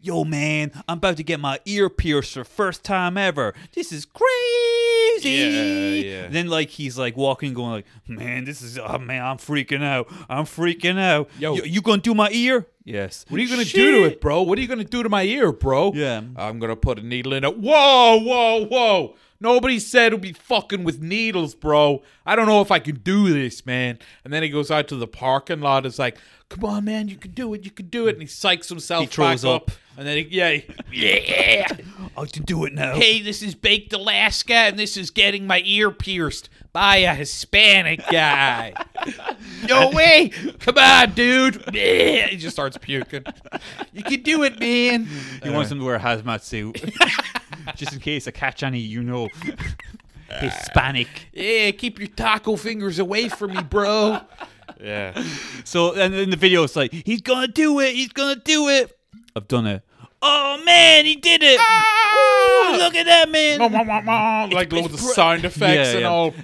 [SPEAKER 2] yo man, I'm about to get my ear pierced for first time ever. This is crazy.
[SPEAKER 1] Yeah, yeah.
[SPEAKER 2] Then like he's like walking, going like, man, this is oh man, I'm freaking out. I'm freaking out.
[SPEAKER 1] Yo.
[SPEAKER 2] you, you gonna do my ear? Yes.
[SPEAKER 1] What are you gonna do to it, bro? What are you gonna do to my ear, bro?
[SPEAKER 2] Yeah.
[SPEAKER 1] I'm gonna put a needle in it. Whoa, whoa, whoa! Nobody said it'd be fucking with needles, bro. I don't know if I can do this, man. And then he goes out to the parking lot. It's like, come on, man, you can do it, you can do it. And he psychs himself
[SPEAKER 2] He throws
[SPEAKER 1] back
[SPEAKER 2] up.
[SPEAKER 1] And then he, yeah, he- yeah.
[SPEAKER 2] I can do it now.
[SPEAKER 1] hey, this is Baked Alaska, and this is getting my ear pierced by a Hispanic guy. no way! Come on, dude. Yeah. He just starts puking. You can do it, man.
[SPEAKER 2] You want them to wear a hazmat suit, just in case I catch any, you know, Hispanic.
[SPEAKER 1] Yeah, keep your taco fingers away from me, bro. yeah.
[SPEAKER 2] So and in the video, it's like he's gonna do it. He's gonna do it. I've done it. Oh man, he did it!
[SPEAKER 1] Ah!
[SPEAKER 2] Ooh, look at that man.
[SPEAKER 1] like loads of sound
[SPEAKER 2] Yeah,
[SPEAKER 1] effects and
[SPEAKER 2] yeah.
[SPEAKER 1] all.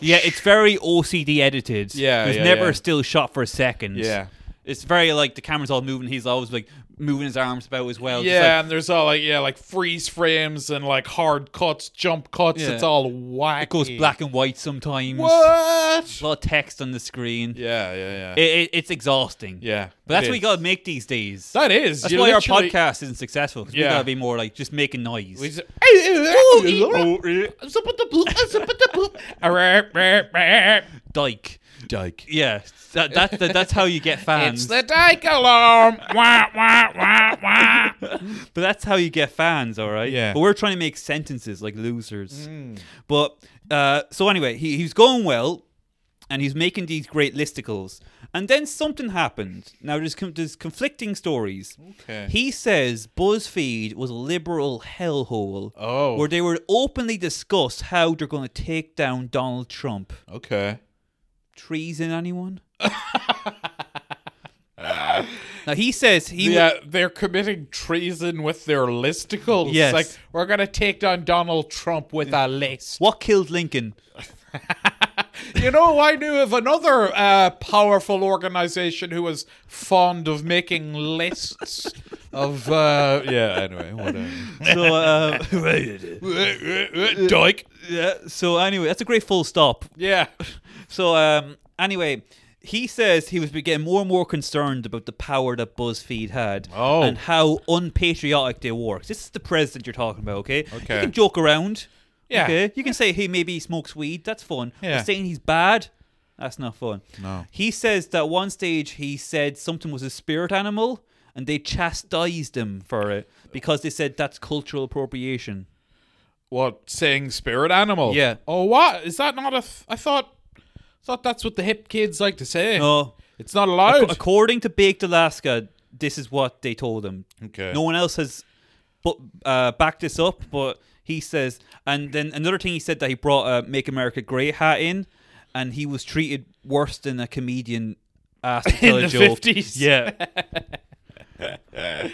[SPEAKER 2] Yeah, it's very OCD edited.
[SPEAKER 1] Yeah,
[SPEAKER 2] there's
[SPEAKER 1] yeah,
[SPEAKER 2] never
[SPEAKER 1] yeah.
[SPEAKER 2] a still shot for a second.
[SPEAKER 1] Yeah.
[SPEAKER 2] it's very like the camera's all moving. He's always like moving his arms about as well. just
[SPEAKER 1] Yeah, and there's all like yeah, like freeze frames and like hard cuts, jump cuts.
[SPEAKER 2] Yeah.
[SPEAKER 1] It's all wacky.
[SPEAKER 2] like, goes black and white sometimes.
[SPEAKER 1] What?
[SPEAKER 2] A lot of text on the screen.
[SPEAKER 1] Yeah, yeah, yeah.
[SPEAKER 2] It, it, it's exhausting.
[SPEAKER 1] yeah.
[SPEAKER 2] but that's
[SPEAKER 1] it
[SPEAKER 2] what
[SPEAKER 1] is.
[SPEAKER 2] you gotta make these days.
[SPEAKER 1] That is.
[SPEAKER 2] That's
[SPEAKER 1] you
[SPEAKER 2] why our
[SPEAKER 1] literally-
[SPEAKER 2] podcast isn't successful. 'cause We
[SPEAKER 1] Yeah.
[SPEAKER 2] gotta be more like just making noise.
[SPEAKER 1] We just-
[SPEAKER 2] Oh,
[SPEAKER 1] Oh, uh,
[SPEAKER 2] Dyke.
[SPEAKER 1] Dyke.
[SPEAKER 2] Yeah, that, that, that- that's how you get
[SPEAKER 1] It's
[SPEAKER 2] fans.
[SPEAKER 1] the dyke alarm. Wah, wah, wah, wah.
[SPEAKER 2] but that's how you get fans, all right?
[SPEAKER 1] Yeah.
[SPEAKER 2] But we're trying to make sentences like losers.
[SPEAKER 1] Mm.
[SPEAKER 2] But uh, so anyway, he, he's going well, and he's making these great listicles, and then something happened. Now there's com- there's conflicting stories.
[SPEAKER 1] Okay.
[SPEAKER 2] He says BuzzFeed was a liberal hellhole.
[SPEAKER 1] Oh.
[SPEAKER 2] Where they would openly discuss how they're going to take down Donald Trump.
[SPEAKER 1] Okay.
[SPEAKER 2] treason anyone? now he says he
[SPEAKER 1] Yeah, they're committing treason with their listicles.
[SPEAKER 2] Yes.
[SPEAKER 1] Like, we're going to take down Donald Trump with a list.
[SPEAKER 2] what killed Lincoln.
[SPEAKER 1] You know, I knew of another uh, powerful organization who was fond of making lists of. Uh, yeah, anyway, whatever.
[SPEAKER 2] So uh,
[SPEAKER 1] um, Dyke.
[SPEAKER 2] yeah, so anyway, that's a great full stop.
[SPEAKER 1] Yeah.
[SPEAKER 2] So um, anyway, he says he was getting more and more concerned about the power that BuzzFeed had
[SPEAKER 1] Oh.
[SPEAKER 2] and how unpatriotic they were. This is the president you're talking about, okay?
[SPEAKER 1] Okay.
[SPEAKER 2] You can joke around.
[SPEAKER 1] Yeah.
[SPEAKER 2] Okay. You can say, hey, maybe he smokes weed. That's fun.
[SPEAKER 1] Yeah.
[SPEAKER 2] But saying he's bad, that's not fun.
[SPEAKER 1] No.
[SPEAKER 2] He says that one stage he said something was a spirit animal and they chastised him for it because they said that's cultural appropriation.
[SPEAKER 1] What saying spirit animal?
[SPEAKER 2] Yeah.
[SPEAKER 1] Oh, what is that? Not a? Th- I thought, thought that's what the hip kids like to say.
[SPEAKER 2] No.
[SPEAKER 1] it's not allowed.
[SPEAKER 2] According to Baked Alaska, this is what they told him.
[SPEAKER 1] okay.
[SPEAKER 2] No one else has but uh, backed this up, but he says. And then another thing he said that he brought a "Make America Great" hat in, and he was treated worse than a comedian asked to tell
[SPEAKER 1] In
[SPEAKER 2] a
[SPEAKER 1] the
[SPEAKER 2] joke.
[SPEAKER 1] 50s.
[SPEAKER 2] Yeah.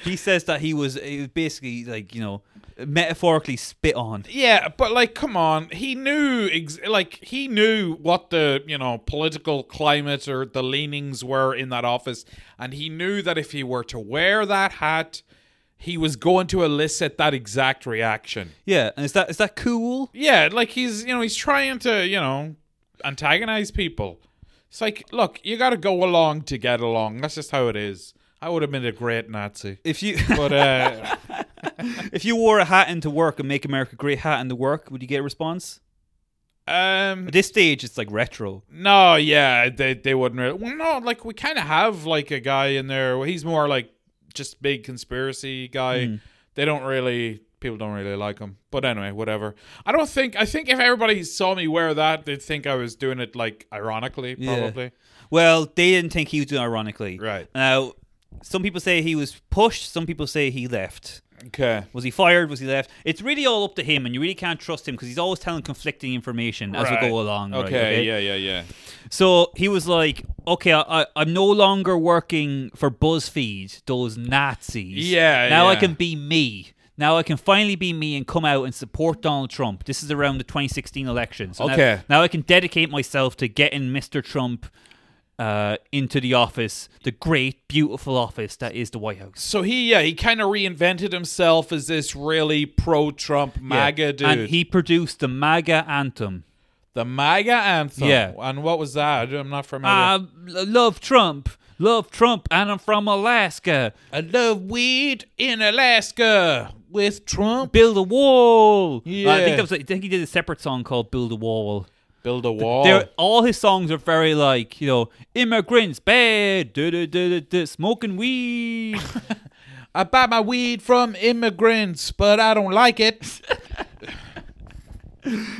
[SPEAKER 2] he says that he was he was basically like you know metaphorically spit on.
[SPEAKER 1] Yeah, but like, come on. He knew, ex- like, he knew what the you know political climate or the leanings were in that office, and he knew that if he were to wear that hat, he was going to elicit that exact reaction.
[SPEAKER 2] Yeah, and is that is that cool?
[SPEAKER 1] Yeah, like he's you know he's trying to you know antagonize people. It's like, look, you got to go along to get along. That's just how it is. I would have been a great Nazi,
[SPEAKER 2] If you
[SPEAKER 1] but uh,
[SPEAKER 2] if you wore a hat into work and "Make America Great" hat into work, would you get a response?
[SPEAKER 1] um,
[SPEAKER 2] At this stage, it's like retro.
[SPEAKER 1] no, yeah, they they wouldn't. Really, well, no, like we kind of have like a guy in there. well, He's more like just big conspiracy guy.
[SPEAKER 2] Hmm.
[SPEAKER 1] They don't really. People don't really like him, but anyway, whatever. I don't think. I think if everybody saw me wear that, they'd think I was doing it like ironically,
[SPEAKER 2] Yeah.
[SPEAKER 1] probably.
[SPEAKER 2] Well, they didn't think he was doing it ironically.
[SPEAKER 1] Right.
[SPEAKER 2] Now, some people say he was pushed, some people say he left.
[SPEAKER 1] Okay.
[SPEAKER 2] Was he fired? Was he left? It's really all up to him, and you really can't trust him because he's always telling conflicting information as we
[SPEAKER 1] Right.
[SPEAKER 2] go along. right,
[SPEAKER 1] Okay, yeah, yeah, yeah.
[SPEAKER 2] So he was like, okay, I, I, I'm no longer working for BuzzFeed, those Nazis.
[SPEAKER 1] Yeah,
[SPEAKER 2] Now I
[SPEAKER 1] yeah.
[SPEAKER 2] can be me. Now I can finally be me and come out and support Donald Trump. This is around the 2016 election. So now-
[SPEAKER 1] Okay.
[SPEAKER 2] Now, I can dedicate myself to getting Mr. Trump uh, into the office, the great, beautiful office that is the White House.
[SPEAKER 1] So he, yeah, he kind of reinvented himself as this really pro-Trump MAGA
[SPEAKER 2] Yeah.
[SPEAKER 1] dude.
[SPEAKER 2] And he produced the MAGA anthem.
[SPEAKER 1] the MAGA anthem.
[SPEAKER 2] Yeah. Uh,
[SPEAKER 1] And what was that? I'm not familiar.
[SPEAKER 2] I l- love Trump. Love Trump, and I'm from Alaska.
[SPEAKER 1] I love weed in Alaska. with Trump.
[SPEAKER 2] Build a wall. I
[SPEAKER 1] Yeah.
[SPEAKER 2] think that was. I think he did a separate song called "Build a Wall."
[SPEAKER 1] Build a wall.
[SPEAKER 2] They're, all his songs are very like you know immigrants bad, duh, duh, duh, duh, duh, smoking weed.
[SPEAKER 1] I buy my weed from immigrants, but I don't like it.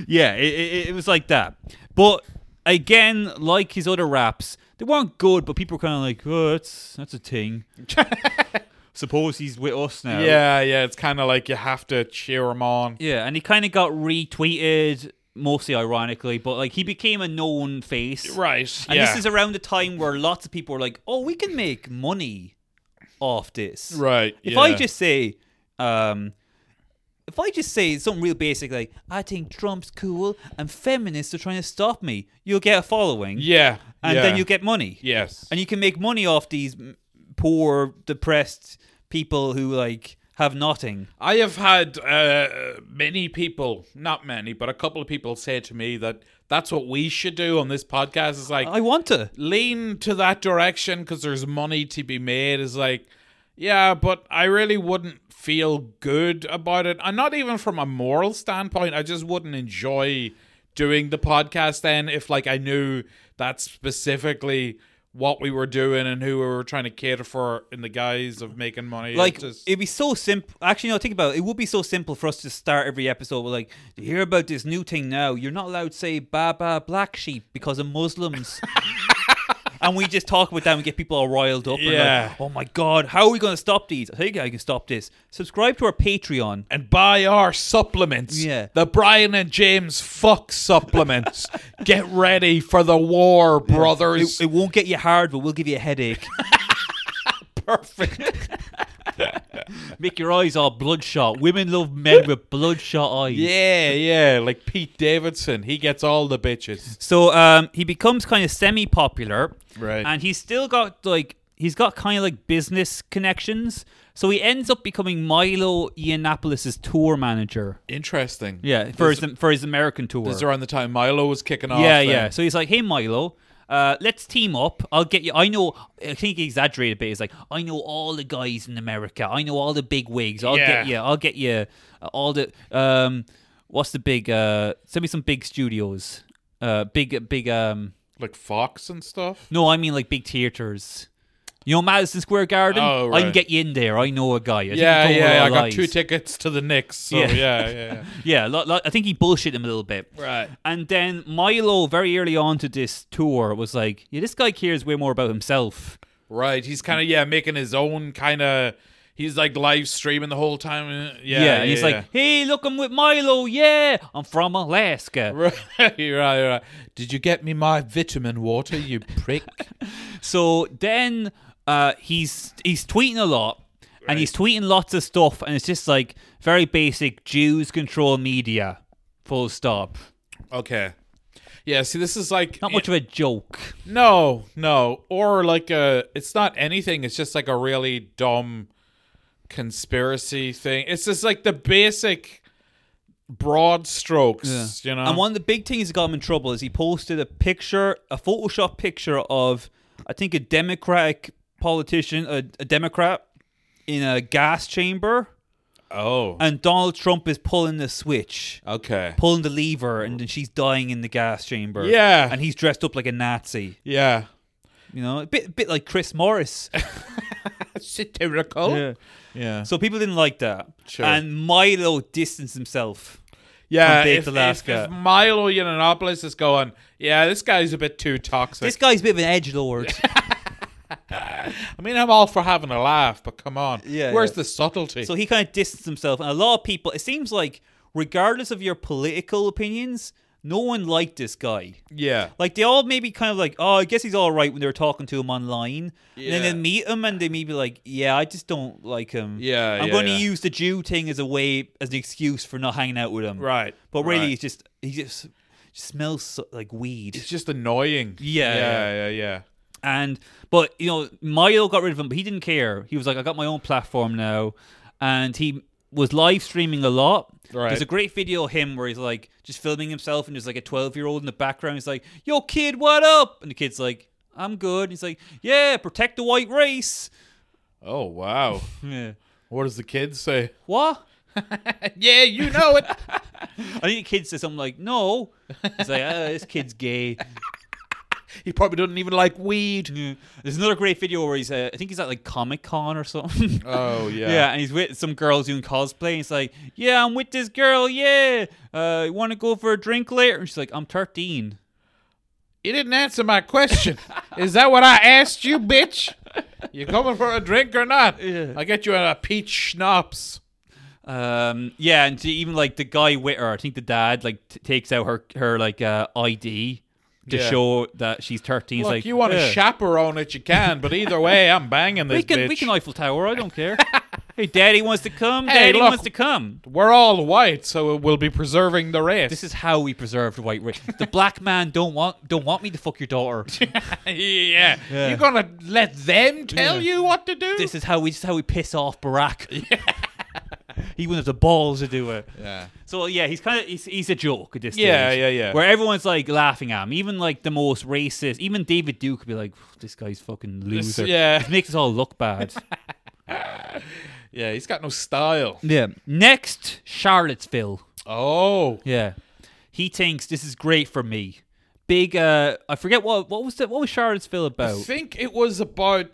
[SPEAKER 2] yeah, it, it, it was like that. But again, like his other raps, they weren't good, but people were kind of like, oh, that's that's a thing. Suppose he's with us now.
[SPEAKER 1] yeah, yeah. It's kind of like you have to cheer him on.
[SPEAKER 2] Yeah, and he kind of got retweeted, mostly ironically, but like he became a known face.
[SPEAKER 1] Right.
[SPEAKER 2] And
[SPEAKER 1] yeah.
[SPEAKER 2] this is around the time where lots of people were like, "Oh, we can make money off this."
[SPEAKER 1] right.
[SPEAKER 2] If
[SPEAKER 1] yeah.
[SPEAKER 2] I just say, um, if I just say something real basic like, "I think Trump's cool and feminists are trying to stop me," you'll get a following,
[SPEAKER 1] Yeah.
[SPEAKER 2] and
[SPEAKER 1] yeah.
[SPEAKER 2] then you get money,
[SPEAKER 1] Yes.
[SPEAKER 2] and you can make money off these m- poor, depressed people who like have nothing.
[SPEAKER 1] I have had uh, many people, not many, but a couple of people say to me that that's what we should do on this podcast. It's like,
[SPEAKER 2] I want to.
[SPEAKER 1] lean to that direction because there's money to be made is like yeah but i really wouldn't feel good about it and not even from a moral standpoint i just wouldn't enjoy doing the podcast then if like i knew that's specifically what we were doing and who we were trying to cater for in the guise of making money It
[SPEAKER 2] Like
[SPEAKER 1] just-
[SPEAKER 2] it'd be so simple. Actually, no. Think about it. It would be so simple for us to start every episode with like, "Do you hear about this new thing now? You're not allowed to say "Baba Black Sheep" because of Muslims." and we just talk about that and get people all riled up. And
[SPEAKER 1] Yeah.
[SPEAKER 2] like, oh my god, how are we going to stop these? I think I can stop this. Subscribe to our Patreon.
[SPEAKER 1] and buy our supplements.
[SPEAKER 2] Yeah.
[SPEAKER 1] The Brian and James fuck supplements. Get ready for the war, brothers.
[SPEAKER 2] It, it won't get you hard, but we'll give you a headache.
[SPEAKER 1] Perfect.
[SPEAKER 2] Make your eyes all bloodshot. Women love men with bloodshot eyes.
[SPEAKER 1] Yeah, yeah, like Pete Davidson. He gets all the bitches.
[SPEAKER 2] So um, he becomes kind of semi-popular,
[SPEAKER 1] Right.
[SPEAKER 2] And he's still got like he's got kind of like business connections. So he ends up becoming Milo Yiannopoulos' tour manager.
[SPEAKER 1] Interesting.
[SPEAKER 2] Yeah, for his for his American tour.
[SPEAKER 1] This is around the time Milo was kicking off.
[SPEAKER 2] yeah,
[SPEAKER 1] then.
[SPEAKER 2] yeah. So he's like, "Hey, Milo." Uh, let's team up. I'll get you. I know. I think he exaggerated a bit. He's like, I know all the guys in America. I know all the big wigs. I'll
[SPEAKER 1] Yeah.
[SPEAKER 2] get you. I'll get you. uh, All the um, what's the big? Uh, send me some big studios. Uh, big, big um,
[SPEAKER 1] Like Fox and stuff.
[SPEAKER 2] No, I mean like big theaters. You know Madison Square Garden?
[SPEAKER 1] Oh,
[SPEAKER 2] I can
[SPEAKER 1] right.
[SPEAKER 2] get you in there. I know a guy. I think
[SPEAKER 1] Yeah,
[SPEAKER 2] he told
[SPEAKER 1] yeah.
[SPEAKER 2] all
[SPEAKER 1] I got
[SPEAKER 2] lies.
[SPEAKER 1] two tickets to the Knicks. So
[SPEAKER 2] Yeah.
[SPEAKER 1] yeah, yeah, yeah.
[SPEAKER 2] yeah, lo- lo- I think he bullshit him a little bit.
[SPEAKER 1] Right.
[SPEAKER 2] And then Milo, very early on to this tour, was like, "Yeah, this guy cares way more about himself."
[SPEAKER 1] Right. He's kind of yeah making his own kind of. He's like live streaming the whole time. uh, Yeah,
[SPEAKER 2] Yeah, and he's
[SPEAKER 1] yeah.
[SPEAKER 2] like, "Hey, look, I'm with Milo. Yeah, I'm from Alaska."
[SPEAKER 1] Right, right, right. Did you get me my vitamin water, you prick?
[SPEAKER 2] So then uh, he's he's tweeting a lot, and he's tweeting lots of stuff, and it's just like very basic Jews control media, full stop.
[SPEAKER 1] okay. Yeah, see, this is like
[SPEAKER 2] Not much of a joke.
[SPEAKER 1] No, no. Or like a it's not anything, it's just like a really dumb conspiracy thing. It's just like the basic broad strokes, you know.
[SPEAKER 2] And one of the big things that got him in trouble is he posted a picture, a Photoshop picture of, I think, a Democratic politician, a, a Democrat, in a gas chamber,
[SPEAKER 1] oh.
[SPEAKER 2] and Donald Trump is pulling the switch,
[SPEAKER 1] Okay.
[SPEAKER 2] pulling the lever, and then she's dying in the gas chamber.
[SPEAKER 1] Yeah.
[SPEAKER 2] and he's dressed up like a Nazi.
[SPEAKER 1] Yeah.
[SPEAKER 2] You know, a bit, bit like Chris Morris.
[SPEAKER 1] Satirical. Yeah. Yeah.
[SPEAKER 2] So people didn't like that.
[SPEAKER 1] Oh. Sure.
[SPEAKER 2] And Milo distanced himself.
[SPEAKER 1] yeah
[SPEAKER 2] from Baked
[SPEAKER 1] if, if-
[SPEAKER 2] Alaska.
[SPEAKER 1] if Milo Yiannopoulos is going, yeah, this guy's a bit too toxic.
[SPEAKER 2] This guy's a bit of an edge lord.
[SPEAKER 1] I mean, I'm all for having a laugh, but come on.
[SPEAKER 2] Yeah,
[SPEAKER 1] Where's
[SPEAKER 2] yeah.
[SPEAKER 1] the subtlety?
[SPEAKER 2] So he kind of distanced himself, and a lot of people. It seems like, regardless of your political opinions, no one liked this guy.
[SPEAKER 1] yeah.
[SPEAKER 2] Like they all maybe kind of like, oh, I guess he's all right when they were talking to him online, and
[SPEAKER 1] Yeah.
[SPEAKER 2] then they meet him and they maybe like, yeah, I just don't like him.
[SPEAKER 1] Yeah,
[SPEAKER 2] I'm
[SPEAKER 1] yeah,
[SPEAKER 2] going
[SPEAKER 1] yeah.
[SPEAKER 2] to use the Jew thing as a way as an excuse for not hanging out with him.
[SPEAKER 1] Right.
[SPEAKER 2] But really,
[SPEAKER 1] right.
[SPEAKER 2] he's just he just smells so- like weed.
[SPEAKER 1] it's just annoying.
[SPEAKER 2] Yeah,
[SPEAKER 1] Yeah, yeah, yeah.
[SPEAKER 2] And but you know, Milo got rid of him, but he didn't care. He was like, I got my own platform now, and he was live streaming a lot.
[SPEAKER 1] Right.
[SPEAKER 2] There's a great video of him where he's like just filming himself, and there's like a 12 year old in the background. He's like, "Yo, kid, what up?" And the kid's like, "I'm good." And he's like, "Yeah, protect the white race."
[SPEAKER 1] Oh wow.
[SPEAKER 2] Yeah.
[SPEAKER 1] What does the kid say?
[SPEAKER 2] What?
[SPEAKER 1] yeah, you know it.
[SPEAKER 2] I think the kid says something like, "No," it's like, "Ah, "This kid's gay."
[SPEAKER 1] he probably doesn't even like weed.
[SPEAKER 2] Yeah. There's another great video where he's, uh, I think he's at like Comic Con or something.
[SPEAKER 1] Oh yeah.
[SPEAKER 2] Yeah, and he's with some girls doing cosplay. And he's like, "Yeah, I'm with this girl. Yeah, uh, you want to go for a drink later?" And she's like, "I'm 13."
[SPEAKER 1] You didn't answer my question. Is that what I asked you, bitch? You coming for a drink or not?
[SPEAKER 2] Yeah.
[SPEAKER 1] I'll get you a peach schnapps.
[SPEAKER 2] Um, yeah, and she, even like the guy with her, I think the dad like t- takes out her her like uh, ID to
[SPEAKER 1] Yeah.
[SPEAKER 2] show that she's 13. He's
[SPEAKER 1] Look,
[SPEAKER 2] like,
[SPEAKER 1] you want
[SPEAKER 2] "Yeah,
[SPEAKER 1] to chaperone it, you can. But either way, I'm banging this
[SPEAKER 2] We can
[SPEAKER 1] bitch.
[SPEAKER 2] we can Eiffel Tower. I don't care. hey, daddy wants to come.
[SPEAKER 1] Hey,
[SPEAKER 2] daddy
[SPEAKER 1] look.
[SPEAKER 2] wants to come.
[SPEAKER 1] We're all white, so we'll be preserving the race.
[SPEAKER 2] This is how we preserved white race. The black man don't want don't want me to fuck your daughter.
[SPEAKER 1] yeah.
[SPEAKER 2] Yeah.
[SPEAKER 1] You're gonna let them tell
[SPEAKER 2] Yeah.
[SPEAKER 1] you what to do?
[SPEAKER 2] this is how we this is how we piss off Barack. he wouldn't have the balls to do it.
[SPEAKER 1] yeah.
[SPEAKER 2] So yeah, he's kind of he's, he's a joke at this
[SPEAKER 1] Yeah,
[SPEAKER 2] stage.
[SPEAKER 1] yeah, yeah.
[SPEAKER 2] Where everyone's like laughing at him, even like the most racist, even David Duke could be like, "This guy's fucking loser."
[SPEAKER 1] yeah.
[SPEAKER 2] it makes us all look bad.
[SPEAKER 1] Yeah, he's got no style.
[SPEAKER 2] yeah. Next, Charlottesville.
[SPEAKER 1] Oh.
[SPEAKER 2] Yeah, he thinks this is great for me. Big, uh, I forget what what was the, what was Charlottesville
[SPEAKER 1] I
[SPEAKER 2] about?
[SPEAKER 1] think it was about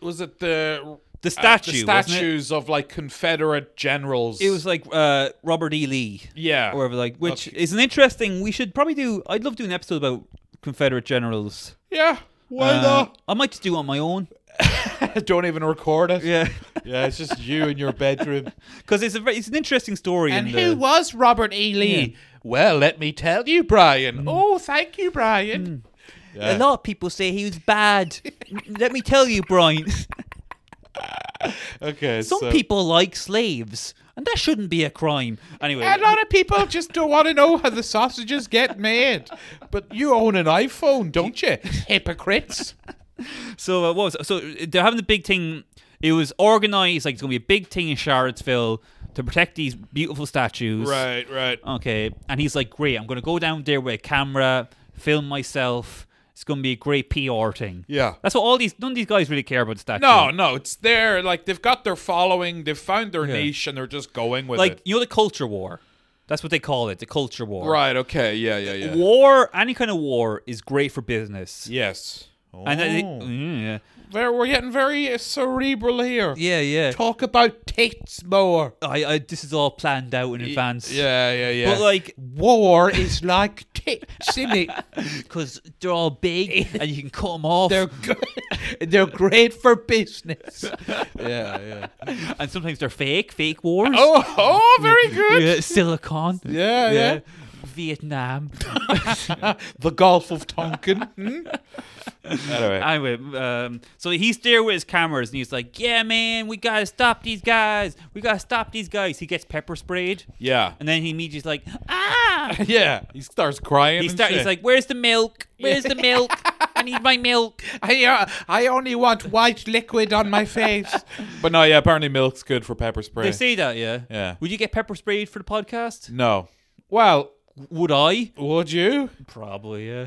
[SPEAKER 1] was it the
[SPEAKER 2] The
[SPEAKER 1] uh,
[SPEAKER 2] statue,
[SPEAKER 1] the
[SPEAKER 2] wasn't it?
[SPEAKER 1] statues of like Confederate generals.
[SPEAKER 2] It was like uh, Robert E. Lee.
[SPEAKER 1] Yeah.
[SPEAKER 2] or whatever. Like, which
[SPEAKER 1] Okay.
[SPEAKER 2] is an interesting. We should probably do. I'd love to do an episode about Confederate generals.
[SPEAKER 1] Yeah. Why
[SPEAKER 2] Uh, I might just do it on my own.
[SPEAKER 1] not? Don't even record it.
[SPEAKER 2] Yeah,
[SPEAKER 1] Yeah, it's just you in your bedroom.
[SPEAKER 2] because it's a very, it's an interesting story. uh,
[SPEAKER 1] and
[SPEAKER 2] in
[SPEAKER 1] who
[SPEAKER 2] the,
[SPEAKER 1] was Robert E. Lee?
[SPEAKER 2] Yeah.
[SPEAKER 1] Well, let me tell you, Brian. Mm. Oh, thank you, Brian.
[SPEAKER 2] a lot of people say he was bad. Let me tell you, Brian.
[SPEAKER 1] Okay.
[SPEAKER 2] Some
[SPEAKER 1] so-
[SPEAKER 2] people like slaves, and that shouldn't be a crime. Anyway,
[SPEAKER 1] A lot of people just don't want to know how the sausages get made. But you own an iPhone, don't you? Hypocrites.
[SPEAKER 2] so uh, what was so they're having the big thing. It was organized like it's gonna be a big thing in Charlottesville to protect these beautiful statues.
[SPEAKER 1] right.
[SPEAKER 2] Okay. And he's like, great, I'm going to go down there with a camera, film myself. It's going to be a great PR thing.
[SPEAKER 1] Yeah.
[SPEAKER 2] That's what all these, none of these guys really care about statue.
[SPEAKER 1] No, no, it's there. Like they've got their following, they've found their
[SPEAKER 2] Yeah.
[SPEAKER 1] niche, and they're just going with
[SPEAKER 2] Like,
[SPEAKER 1] it.
[SPEAKER 2] you know, the culture war. That's what they call it, the culture war.
[SPEAKER 1] Right. Okay. Yeah. Yeah. Yeah.
[SPEAKER 2] War, any kind of war is great for business.
[SPEAKER 1] yes.
[SPEAKER 2] And that-
[SPEAKER 1] Oh.
[SPEAKER 2] yeah,
[SPEAKER 1] There- we're getting very uh, cerebral here.
[SPEAKER 2] yeah, yeah.
[SPEAKER 1] Talk about tits more.
[SPEAKER 2] I, I, this is all planned out in advance.
[SPEAKER 1] Yeah. Yeah. Yeah.
[SPEAKER 2] But like,
[SPEAKER 1] war is like tits, isn't it?
[SPEAKER 2] because they're all big and you can cut them off,
[SPEAKER 1] They're good. They're great for business. yeah. Yeah.
[SPEAKER 2] and sometimes they're fake, fake wars.
[SPEAKER 1] Oh, oh, very
[SPEAKER 2] yeah,
[SPEAKER 1] good.
[SPEAKER 2] silicon.
[SPEAKER 1] Yeah, yeah.
[SPEAKER 2] Vietnam.
[SPEAKER 1] the Gulf of Tonkin. Hmm? anyway.
[SPEAKER 2] anyway, um, so he's there with his cameras and he's like, Yeah, man, we gotta stop these guys. We gotta stop these guys. He gets pepper sprayed
[SPEAKER 1] Yeah.
[SPEAKER 2] and then he immediately like, Ah!
[SPEAKER 1] Yeah. He starts crying.
[SPEAKER 2] He
[SPEAKER 1] and
[SPEAKER 2] start,
[SPEAKER 1] shit.
[SPEAKER 2] he's like, Where's the milk? Where's the milk? I need my milk.
[SPEAKER 1] I, uh, I only want white liquid on my face. but no, yeah, apparently milk's good for pepper spray.
[SPEAKER 2] They say that, yeah.
[SPEAKER 1] Yeah.
[SPEAKER 2] Would you get pepper sprayed for the podcast?
[SPEAKER 1] no. Well,
[SPEAKER 2] Would I?
[SPEAKER 1] would you?
[SPEAKER 2] Probably, yeah.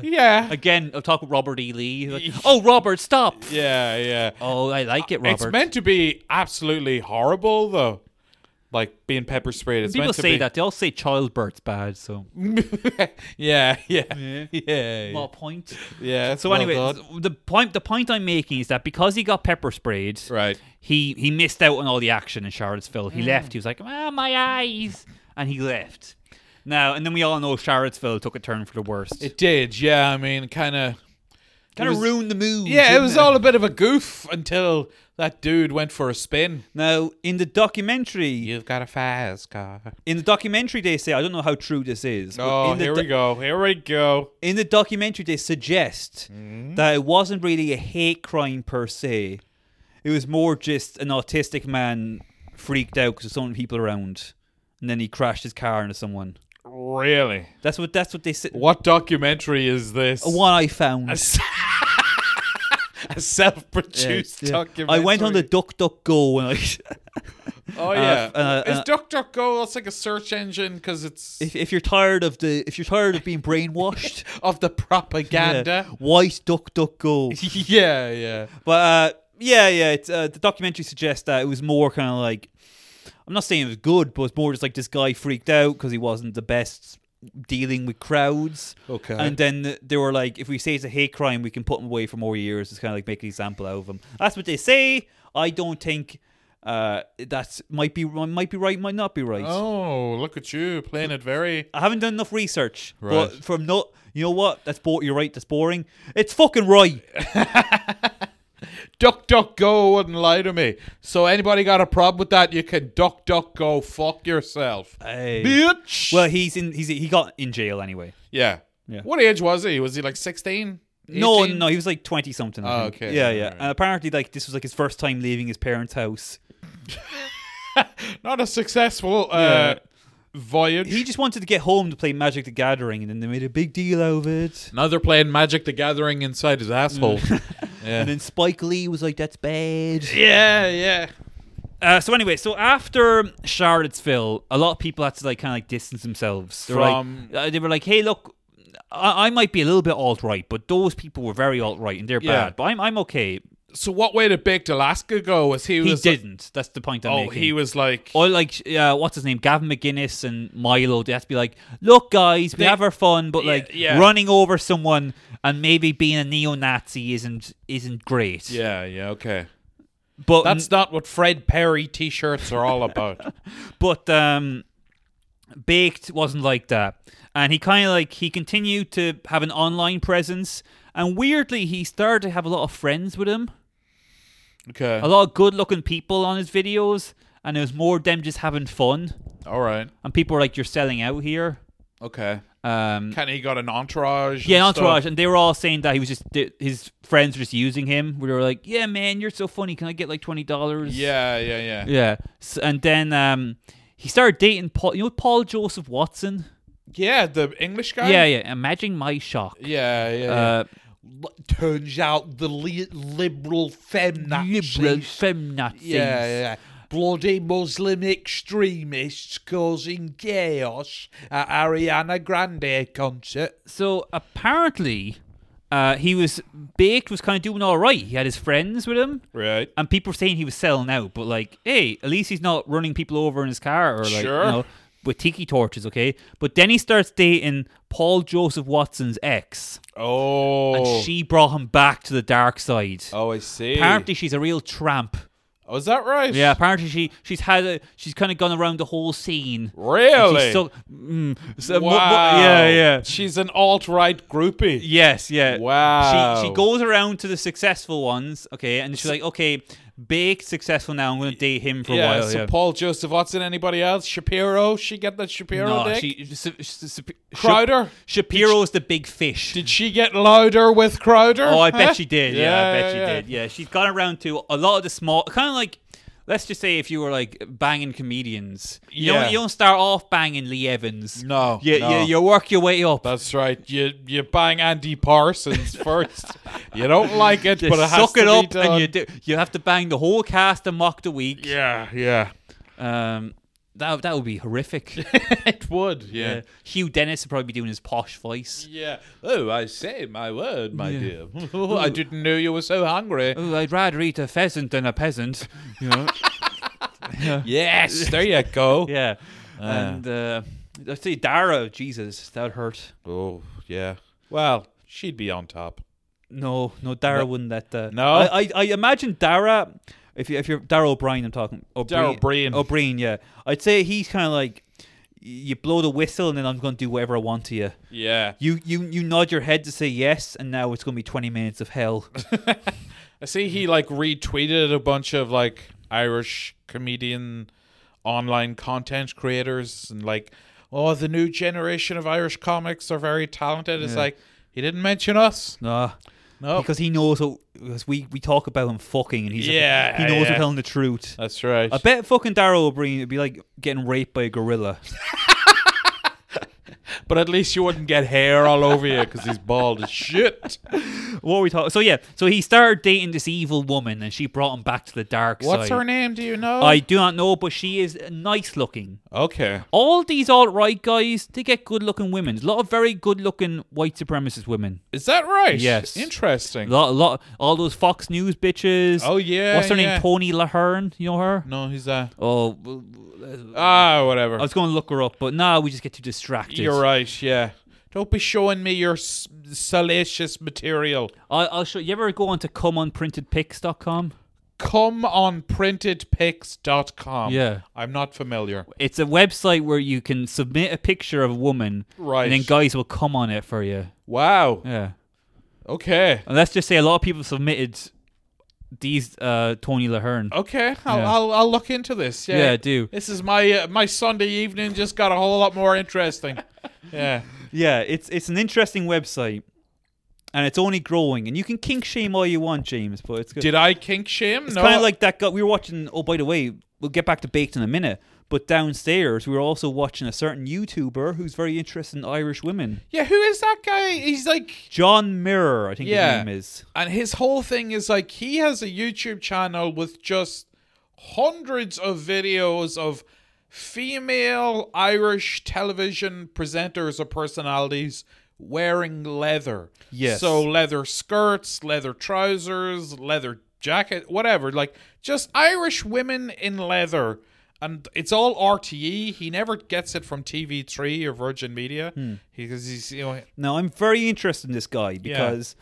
[SPEAKER 1] Yeah.
[SPEAKER 2] Again, I'll talk with Robert E. Lee. Like, oh, Robert, stop.
[SPEAKER 1] yeah, yeah.
[SPEAKER 2] Oh, I like it, Robert.
[SPEAKER 1] It's meant to be absolutely horrible, though. Like being pepper sprayed. It's
[SPEAKER 2] People
[SPEAKER 1] meant to
[SPEAKER 2] say
[SPEAKER 1] be-
[SPEAKER 2] that. They all say childbirth's bad, so.
[SPEAKER 1] yeah, yeah,
[SPEAKER 2] Yeah.
[SPEAKER 1] yeah, yeah.
[SPEAKER 2] What point?
[SPEAKER 1] yeah
[SPEAKER 2] So
[SPEAKER 1] well
[SPEAKER 2] anyway,
[SPEAKER 1] done.
[SPEAKER 2] the point the point I'm making is that because he got pepper sprayed,
[SPEAKER 1] right?
[SPEAKER 2] he he missed out on all the action in Charlottesville. He left. He was like, "Ah, my eyes," and he left. Now and then we all know Charlottesville took a turn for the worst.
[SPEAKER 1] It did. Yeah, I mean, kind of.
[SPEAKER 2] kind of
[SPEAKER 1] was-
[SPEAKER 2] ruined the mood.
[SPEAKER 1] Yeah, it
[SPEAKER 2] didn't
[SPEAKER 1] was all a bit of a goof until that dude went for a spin.
[SPEAKER 2] Now in the documentary,
[SPEAKER 1] You've got a fast car.
[SPEAKER 2] in the documentary they say I don't know how true this is. but
[SPEAKER 1] Oh,
[SPEAKER 2] in the
[SPEAKER 1] here
[SPEAKER 2] do-
[SPEAKER 1] we go. Here we go.
[SPEAKER 2] in the documentary they suggest
[SPEAKER 1] Mm-hmm.
[SPEAKER 2] that it wasn't really a hate crime per se it was more just an autistic man freaked out because of so many people around and then he crashed his car into someone
[SPEAKER 1] Really?
[SPEAKER 2] that's what that's what they said
[SPEAKER 1] What documentary is this?
[SPEAKER 2] one i found
[SPEAKER 1] A, s- a self-produced
[SPEAKER 2] Yeah.
[SPEAKER 1] documentary.
[SPEAKER 2] i went on the duck duck go when i
[SPEAKER 1] Oh yeah.
[SPEAKER 2] uh, uh,
[SPEAKER 1] is
[SPEAKER 2] uh,
[SPEAKER 1] DuckDuckGo? That's like a search engine because it's
[SPEAKER 2] if, if you're tired of the if you're tired of being brainwashed
[SPEAKER 1] of the
[SPEAKER 2] yeah,
[SPEAKER 1] propaganda.
[SPEAKER 2] white duck duck go
[SPEAKER 1] Yeah, yeah.
[SPEAKER 2] But uh, yeah, yeah, it's, uh, the documentary suggests that it was more kind of like I'm not saying it was good, but it's more just like this guy freaked out because he wasn't the best dealing with crowds.
[SPEAKER 1] Okay.
[SPEAKER 2] And then they were like, if we say it's a hate crime, we can put him away for more years. It's kind of like make an example out of him. That's what they say. I don't think uh, that's might be might be right, might not be right.
[SPEAKER 1] Oh, look at you playing it very.
[SPEAKER 2] I haven't done enough research.
[SPEAKER 1] Right.
[SPEAKER 2] But from not, you know what? That's bo- You're right. That's boring. It's fucking right.
[SPEAKER 1] Duck, duck, go wouldn't lie to me. So anybody got a problem with that? You can duck, duck, go. Fuck yourself,
[SPEAKER 2] Hey.
[SPEAKER 1] bitch.
[SPEAKER 2] Well, he's in. He's he got in jail anyway.
[SPEAKER 1] yeah.
[SPEAKER 2] Yeah.
[SPEAKER 1] What age was he? Was he like sixteen?
[SPEAKER 2] No, no, he was like twenty something. I
[SPEAKER 1] Oh,
[SPEAKER 2] think.
[SPEAKER 1] okay.
[SPEAKER 2] Yeah,
[SPEAKER 1] Right,
[SPEAKER 2] yeah.
[SPEAKER 1] right.
[SPEAKER 2] And apparently, like this was like his first time leaving his parents' house.
[SPEAKER 1] Not a successful uh,
[SPEAKER 2] Yeah.
[SPEAKER 1] voyage.
[SPEAKER 2] He just wanted to get home to play Magic: The Gathering, and then they made a big deal out of it.
[SPEAKER 1] now they're playing Magic the Gathering inside his asshole.
[SPEAKER 2] Mm.
[SPEAKER 1] yeah.
[SPEAKER 2] And then Spike Lee was like, "That's bad."
[SPEAKER 1] yeah, yeah.
[SPEAKER 2] Uh, so anyway, so after Charlottesville, a lot of people had to like kind of like distance themselves They were like-
[SPEAKER 1] From-
[SPEAKER 2] uh, they were like, "Hey, look, I, I might be a little bit alt right, but those people were very alt right and they're
[SPEAKER 1] Yeah.
[SPEAKER 2] bad. But I'm I'm okay."
[SPEAKER 1] So what way did Baked Alaska go? Was he
[SPEAKER 2] He
[SPEAKER 1] was
[SPEAKER 2] didn't. That's the point I'm
[SPEAKER 1] oh,
[SPEAKER 2] making.
[SPEAKER 1] he was like
[SPEAKER 2] Or like, uh, what's his name, Gavin McGinnis and Milo. They have to be like, look, guys, we
[SPEAKER 1] They-
[SPEAKER 2] have our fun, but
[SPEAKER 1] Yeah,
[SPEAKER 2] like
[SPEAKER 1] yeah.
[SPEAKER 2] running over someone and maybe being a neo-Nazi isn't isn't great.
[SPEAKER 1] yeah, yeah, okay.
[SPEAKER 2] but
[SPEAKER 1] That's not what Fred Perry t-shirts are all about.
[SPEAKER 2] but um, Baked wasn't like that, and he kind of like he continued to have an online presence, and weirdly, he started to have a lot of friends with him,
[SPEAKER 1] Okay.
[SPEAKER 2] a lot of good-looking people on his videos, and it was more them just having fun,
[SPEAKER 1] All right.
[SPEAKER 2] and people were like, "You're selling out here."
[SPEAKER 1] Okay.
[SPEAKER 2] Um,
[SPEAKER 1] Kind of he got an entourage.
[SPEAKER 2] Yeah,
[SPEAKER 1] and stuff.
[SPEAKER 2] entourage, and they were all saying that he was just th- his friends were just using him. We were like, "Yeah, man, you're so funny. Can I get like twenty dollars?"
[SPEAKER 1] Yeah, yeah, yeah.
[SPEAKER 2] yeah. So, and then um, he started dating Paul. You know Paul Joseph Watson?
[SPEAKER 1] Yeah, the English guy?
[SPEAKER 2] yeah, yeah. Imagine my shock.
[SPEAKER 1] Yeah, yeah. yeah.
[SPEAKER 2] Uh,
[SPEAKER 1] L- turns out the li- liberal fem
[SPEAKER 2] liberal femme Nazis.
[SPEAKER 1] Yeah, yeah. Bloody Muslim extremists causing chaos at Ariana Grande concert.
[SPEAKER 2] So apparently, uh, he was baked. Was kind of doing all right. He had his friends with him.
[SPEAKER 1] Right.
[SPEAKER 2] and people were saying he was selling out, but like, hey, at least he's not running people over in his car or like,
[SPEAKER 1] Sure.
[SPEAKER 2] you know, with tiki torches, okay? But then he starts dating Paul Joseph Watson's ex,
[SPEAKER 1] Oh.
[SPEAKER 2] and she brought him back to the dark side.
[SPEAKER 1] oh, I see.
[SPEAKER 2] Apparently, she's a real tramp.
[SPEAKER 1] oh, is that right?
[SPEAKER 2] Yeah, apparently she she's had a, she's kind of gone around the whole scene. And
[SPEAKER 1] Really?
[SPEAKER 2] She's so, mm, so mo-
[SPEAKER 1] wow.
[SPEAKER 2] mo- yeah, yeah.
[SPEAKER 1] She's an alt right groupie.
[SPEAKER 2] Yes, yeah.
[SPEAKER 1] Wow.
[SPEAKER 2] She she goes around to the successful ones, okay, and she's like, okay, Bake's successful now. I'm going to date him for
[SPEAKER 1] yeah,
[SPEAKER 2] a while.
[SPEAKER 1] so
[SPEAKER 2] yeah.
[SPEAKER 1] Paul Joseph Watson, anybody else? Shapiro? She get that Shapiro
[SPEAKER 2] No,
[SPEAKER 1] dick?
[SPEAKER 2] she, Sa- Sa- Sa-
[SPEAKER 1] Crowder?
[SPEAKER 2] Shapiro's the big fish.
[SPEAKER 1] Did she get louder with Crowder?
[SPEAKER 2] oh, I
[SPEAKER 1] Huh?
[SPEAKER 2] bet she did. Yeah, I bet she
[SPEAKER 1] yeah.
[SPEAKER 2] did. Yeah, she's gone around to a lot of the small, kind of like, let's just say if you were like banging comedians, you
[SPEAKER 1] Yeah.
[SPEAKER 2] don't you don't start off banging Lee Evans.
[SPEAKER 1] No,
[SPEAKER 2] you,
[SPEAKER 1] no.
[SPEAKER 2] you you work your way up.
[SPEAKER 1] That's right. You you bang Andy Parsons first. You don't like it,
[SPEAKER 2] You
[SPEAKER 1] but it has
[SPEAKER 2] suck
[SPEAKER 1] to
[SPEAKER 2] it
[SPEAKER 1] be
[SPEAKER 2] up,
[SPEAKER 1] done.
[SPEAKER 2] and you do, you have to bang the whole cast and mock the week.
[SPEAKER 1] yeah, yeah.
[SPEAKER 2] Um, that that would be horrific.
[SPEAKER 1] It would. Yeah.
[SPEAKER 2] Uh, Hugh Dennis would probably be doing his posh voice.
[SPEAKER 1] Yeah. Oh, I say, my word, my dear. I didn't know you were so hungry.
[SPEAKER 2] Oh, I'd rather eat a pheasant than a peasant. You know.
[SPEAKER 1] Yes, there you go.
[SPEAKER 2] Yeah. and uh, let's see, Dara, Jesus, that would hurt.
[SPEAKER 1] Oh, yeah. Well, she'd be on top.
[SPEAKER 2] No, no, Dara wouldn't let that.
[SPEAKER 1] No?
[SPEAKER 2] I, I, I imagine Dara, if, you, if you're Dara O'Brien, I'm talking.
[SPEAKER 1] Dara O'Brien.
[SPEAKER 2] O'Brien, yeah. I'd say he's kind of like, you blow the whistle and then I'm going to do whatever I want to you.
[SPEAKER 1] Yeah.
[SPEAKER 2] You, you, you nod your head to say yes, and now it's going to be 20 minutes of hell.
[SPEAKER 1] I see he like retweeted a bunch of like Irish comedian online content creators and like, oh, the new generation of Irish comics are very talented. It's like he didn't mention us.
[SPEAKER 2] nah.
[SPEAKER 1] No,
[SPEAKER 2] Because he knows, what- because we, we talk about him fucking, and he's a-
[SPEAKER 1] Yeah,
[SPEAKER 2] he knows
[SPEAKER 1] yeah.
[SPEAKER 2] we're telling the truth.
[SPEAKER 1] that's right.
[SPEAKER 2] I bet fucking Daryl O'Brien would be like getting raped by a gorilla.
[SPEAKER 1] But at least you wouldn't get hair all over you because he's bald as shit.
[SPEAKER 2] What were we talking? So yeah, so he started dating this evil woman, and she brought him back to the dark
[SPEAKER 1] What's
[SPEAKER 2] side.
[SPEAKER 1] her name? Do you know?
[SPEAKER 2] I do not know, but she is nice looking.
[SPEAKER 1] okay.
[SPEAKER 2] All these alt right guys, they get good looking women. There's a lot of very good looking white supremacist women.
[SPEAKER 1] Is that right?
[SPEAKER 2] Yes. A
[SPEAKER 1] Interesting.
[SPEAKER 2] lot, a lot, all those Fox News bitches.
[SPEAKER 1] Oh, yeah,
[SPEAKER 2] What's her
[SPEAKER 1] yeah.
[SPEAKER 2] name? Tony Lahern. You know her?
[SPEAKER 1] no, he's that.
[SPEAKER 2] Oh, well,
[SPEAKER 1] Ah, whatever.
[SPEAKER 2] I was going to look her up, but nah, we just get too distracted.
[SPEAKER 1] You're right. Yeah. Don't be showing me your s- salacious material.
[SPEAKER 2] I, I'll show you ever go on to comeonprintedpics.com?
[SPEAKER 1] Come on printedpics.com.
[SPEAKER 2] Yeah.
[SPEAKER 1] I'm not familiar.
[SPEAKER 2] It's a website where you can submit a picture of a woman,
[SPEAKER 1] Right.
[SPEAKER 2] And then guys will come on it for you.
[SPEAKER 1] Wow.
[SPEAKER 2] Yeah.
[SPEAKER 1] Okay.
[SPEAKER 2] And let's just say a lot of people submitted these uh, Tony Lahern.
[SPEAKER 1] Okay. I'll,
[SPEAKER 2] Yeah.
[SPEAKER 1] I'll, I'll look into this. Oh, Yeah.
[SPEAKER 2] Yeah, do.
[SPEAKER 1] This is my uh, my Sunday evening just got a whole lot more interesting. yeah.
[SPEAKER 2] Yeah, it's it's an interesting website, and it's only growing. And you can kink shame all you want, James, but it's good.
[SPEAKER 1] Did I kink shame?
[SPEAKER 2] It's
[SPEAKER 1] no.
[SPEAKER 2] kind of like that guy we were watching. Oh, by the way, we'll get back to baked in a minute. But downstairs, we were also watching a certain YouTuber who's very interested in Irish women,
[SPEAKER 1] yeah. Who is that guy? He's like,
[SPEAKER 2] John Mirror. I think
[SPEAKER 1] Yeah.
[SPEAKER 2] his name is.
[SPEAKER 1] and his whole thing is like he has a YouTube channel with just hundreds of videos of female Irish television presenters or personalities wearing leather.
[SPEAKER 2] Yes.
[SPEAKER 1] So leather skirts, leather trousers, leather jacket, whatever. Like just Irish women in leather. And it's all RTE. He never gets it from TV3 or Virgin Media because he's you know
[SPEAKER 2] Now, I'm very interested in this guy because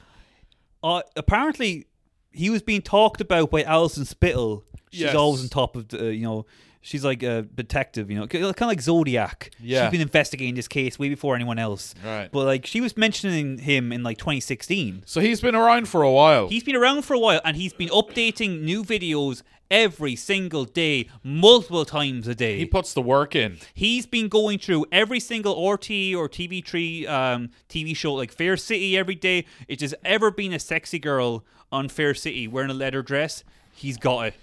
[SPEAKER 2] uh, apparently he was being talked about by Alison Spittle. She's
[SPEAKER 1] Yes.
[SPEAKER 2] always on top of, the, uh, you know, she's like a detective, you know, kind of like Zodiac.
[SPEAKER 1] Yeah.
[SPEAKER 2] She's been investigating this case way before anyone else.
[SPEAKER 1] Right.
[SPEAKER 2] But like she was mentioning him in like 2016.
[SPEAKER 1] so he's been around for a while.
[SPEAKER 2] He's been around for a while and he's been updating new videos every single day, multiple times a day.
[SPEAKER 1] he puts the work in.
[SPEAKER 2] He's been going through every single RT or TV tree um, TV show, like Fair City every day. It has ever been a sexy girl on Fair City wearing a leather dress. He's got it.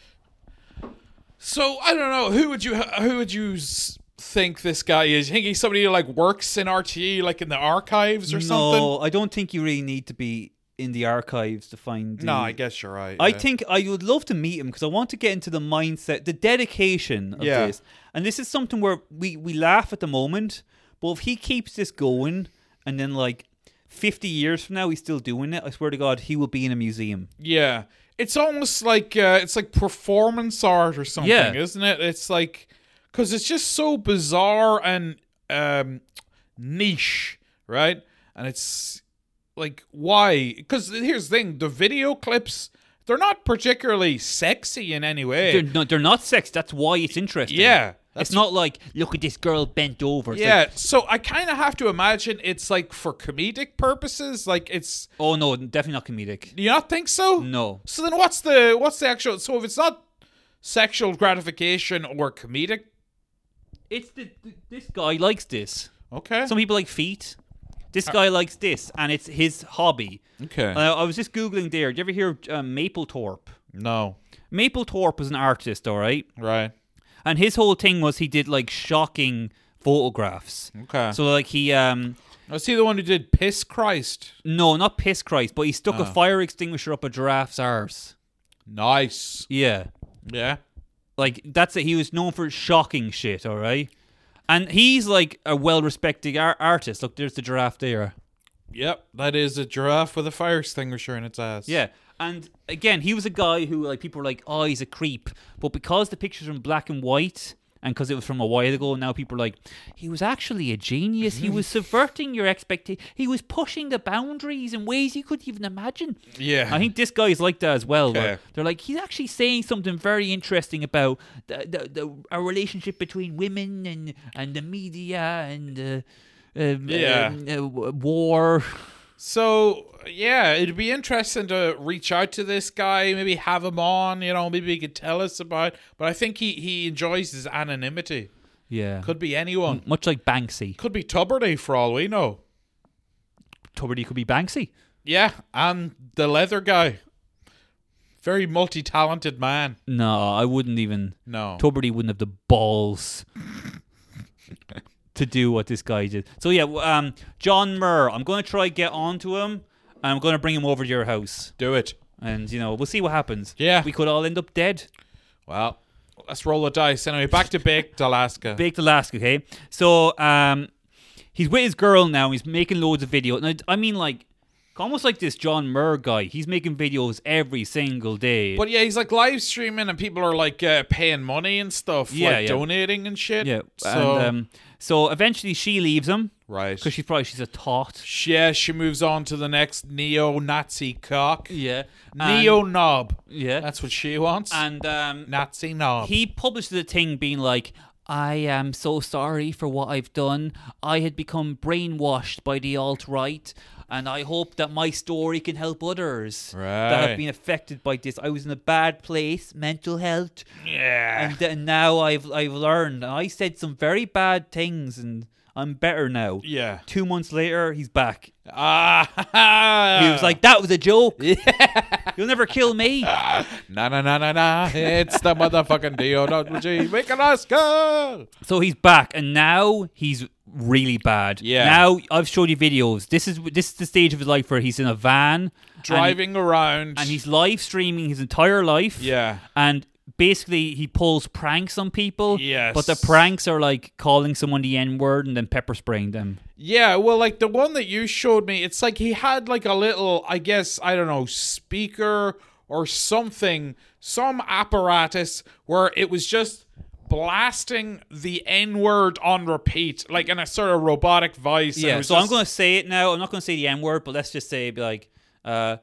[SPEAKER 1] So I don't know who would you who would you s- think this guy is? You think he's somebody who like works in RTE, like in the archives or something?
[SPEAKER 2] No, I don't think you really need to be in the archives to find. the-
[SPEAKER 1] No, I guess you're right.
[SPEAKER 2] I
[SPEAKER 1] yeah.
[SPEAKER 2] think I would love to meet him because I want to get into the mindset, the dedication of
[SPEAKER 1] Yeah.
[SPEAKER 2] this. And this is something where we, we laugh at the moment, but if he keeps this going and then like 50 years from now he's still doing it, I swear to God, he will be in a museum.
[SPEAKER 1] yeah, it's almost like uh, it's like performance art or something,
[SPEAKER 2] Yeah.
[SPEAKER 1] isn't it? It's like because it's just so bizarre and um, niche, right? And it's like why? Because here's the thing: the video clips they're not particularly sexy in any way.
[SPEAKER 2] They're not, they're not sex. That's why it's interesting.
[SPEAKER 1] yeah,
[SPEAKER 2] It's not like, look at this girl bent over. It's
[SPEAKER 1] Yeah,
[SPEAKER 2] like,
[SPEAKER 1] so I kind of have to imagine it's like for comedic purposes. Like it's
[SPEAKER 2] oh, no, definitely not comedic.
[SPEAKER 1] do you not think so?
[SPEAKER 2] No.
[SPEAKER 1] So then what's the what's the actual? So if it's not sexual gratification or comedic,
[SPEAKER 2] It's the, th- this guy likes this.
[SPEAKER 1] okay,
[SPEAKER 2] Some people like feet. This
[SPEAKER 1] Uh,
[SPEAKER 2] guy likes this, and it's his hobby.
[SPEAKER 1] okay,
[SPEAKER 2] Uh, I was just Googling there. Did you ever hear of uh, Mapplethorpe?
[SPEAKER 1] no,
[SPEAKER 2] Mapplethorpe was an artist, all right?
[SPEAKER 1] right,
[SPEAKER 2] And his whole thing was he did like shocking photographs.
[SPEAKER 1] okay. So
[SPEAKER 2] So, like, he, um,
[SPEAKER 1] is he the one who did piss Christ?
[SPEAKER 2] no, not Piss Christ, but he stuck
[SPEAKER 1] Oh.
[SPEAKER 2] a fire extinguisher up a giraffe's arse.
[SPEAKER 1] Nice.
[SPEAKER 2] Yeah.
[SPEAKER 1] Yeah.
[SPEAKER 2] Like that's it. He was known for shocking shit. All right, and he's like a well-respected ar- artist. Look, there's the giraffe there.
[SPEAKER 1] Yep, that is a giraffe with a fire extinguisher in its ass.
[SPEAKER 2] Yeah, and again, he was a guy who like people were like, oh, he's a creep. But because the pictures are in black and white. And because it was from a while ago, now people are like, he was actually a genius. He was subverting your expectation. He was pushing the boundaries in ways you couldn't even imagine.
[SPEAKER 1] Yeah.
[SPEAKER 2] I think this guy's like that as well. where
[SPEAKER 1] Okay.
[SPEAKER 2] They're like, he's actually saying something very interesting about the, the, the a relationship between women and and the media and uh, um,
[SPEAKER 1] Yeah.
[SPEAKER 2] um, uh, w- war.
[SPEAKER 1] So yeah, it'd be interesting to reach out to this guy, maybe have him on, you know, maybe he could tell us about. But I think he he enjoys his anonymity.
[SPEAKER 2] Yeah,
[SPEAKER 1] Could be anyone.
[SPEAKER 2] much like Banksy.
[SPEAKER 1] Could be Tuberty for all we know.
[SPEAKER 2] Tuberty could be Banksy.
[SPEAKER 1] Yeah, and the leather guy. Very multi-talented man.
[SPEAKER 2] No, I wouldn't even.
[SPEAKER 1] No.
[SPEAKER 2] Tuberty wouldn't have the balls. to do what this guy did. So yeah, w- um, John Murr. I'm going to try get onto him, and I'm going to bring him over to your house,
[SPEAKER 1] Do it.
[SPEAKER 2] and you know we'll see what happens.
[SPEAKER 1] Yeah.
[SPEAKER 2] we could all end up dead.
[SPEAKER 1] Well, let's roll the dice. Anyway, back to Baked Alaska.
[SPEAKER 2] Baked Alaska, okay? So um, he's with his girl now. He's making loads of videos. And I, I mean, like, almost like this John Murr guy. He's making videos every single day.
[SPEAKER 1] But yeah, he's like live streaming and people are like uh, paying money and stuff,
[SPEAKER 2] Yeah,
[SPEAKER 1] like
[SPEAKER 2] yeah.
[SPEAKER 1] donating and shit.
[SPEAKER 2] yeah.
[SPEAKER 1] So,
[SPEAKER 2] and, um, so eventually she leaves him
[SPEAKER 1] right.
[SPEAKER 2] because she's probably she's a tot.
[SPEAKER 1] She- yeah, she moves on to the next neo Nazi cock.
[SPEAKER 2] Yeah.
[SPEAKER 1] Neo knob.
[SPEAKER 2] Yeah.
[SPEAKER 1] That's what she wants.
[SPEAKER 2] and um,
[SPEAKER 1] Nazi knob.
[SPEAKER 2] he published the thing being like i am so sorry for what i've done i had become brainwashed by the alt-right and i hope that my story can help others that
[SPEAKER 1] Right.
[SPEAKER 2] have been affected by this i was in a bad place mental health
[SPEAKER 1] yeah.
[SPEAKER 2] and then now i've i've learned and i said some very bad things and i'm better now
[SPEAKER 1] yeah.
[SPEAKER 2] two months later he's back
[SPEAKER 1] Ah.
[SPEAKER 2] he was like that was a joke you'll never kill me
[SPEAKER 1] na na na na na. It's the motherfucking DOWG. Make an Oscar.
[SPEAKER 2] So he's back, and now he's really bad.
[SPEAKER 1] Yeah.
[SPEAKER 2] Now I've showed you videos. This is this is the stage of his life where he's in a van and,
[SPEAKER 1] Driving around.
[SPEAKER 2] and he's live streaming his entire life.
[SPEAKER 1] Yeah.
[SPEAKER 2] And basically, he pulls pranks on people.
[SPEAKER 1] Yes.
[SPEAKER 2] But the pranks are like calling someone the N word and then pepper spraying them.
[SPEAKER 1] Yeah, well, like the one that you showed me, it's like he had like a little, I guess, I don't know, speaker or something, some apparatus where it was just blasting the N word on repeat, like in a sort of robotic voice. and it
[SPEAKER 2] Yeah.
[SPEAKER 1] was
[SPEAKER 2] So I'm
[SPEAKER 1] just-
[SPEAKER 2] going to say it now. I'm not going to say the N word, but let's just say be like, uh,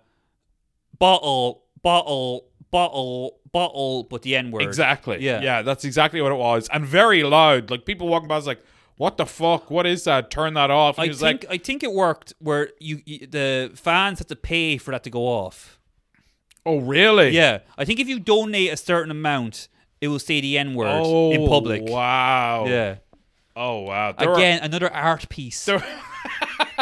[SPEAKER 2] bottle, bottle, bottle, bottle, but the N word.
[SPEAKER 1] Exactly.
[SPEAKER 2] Yeah.
[SPEAKER 1] Yeah, that's exactly what it was. And very loud. Like people walking by was like, what the fuck? What is that? Turn that off. And
[SPEAKER 2] I
[SPEAKER 1] he
[SPEAKER 2] think
[SPEAKER 1] was like,
[SPEAKER 2] I think it worked where you, you the fans had to pay for that to go off.
[SPEAKER 1] oh, really?
[SPEAKER 2] Yeah, I think if you donate a certain amount, it will say the N word
[SPEAKER 1] Oh,
[SPEAKER 2] in public.
[SPEAKER 1] Wow.
[SPEAKER 2] Yeah.
[SPEAKER 1] Oh, wow. There were-
[SPEAKER 2] Again, another art piece.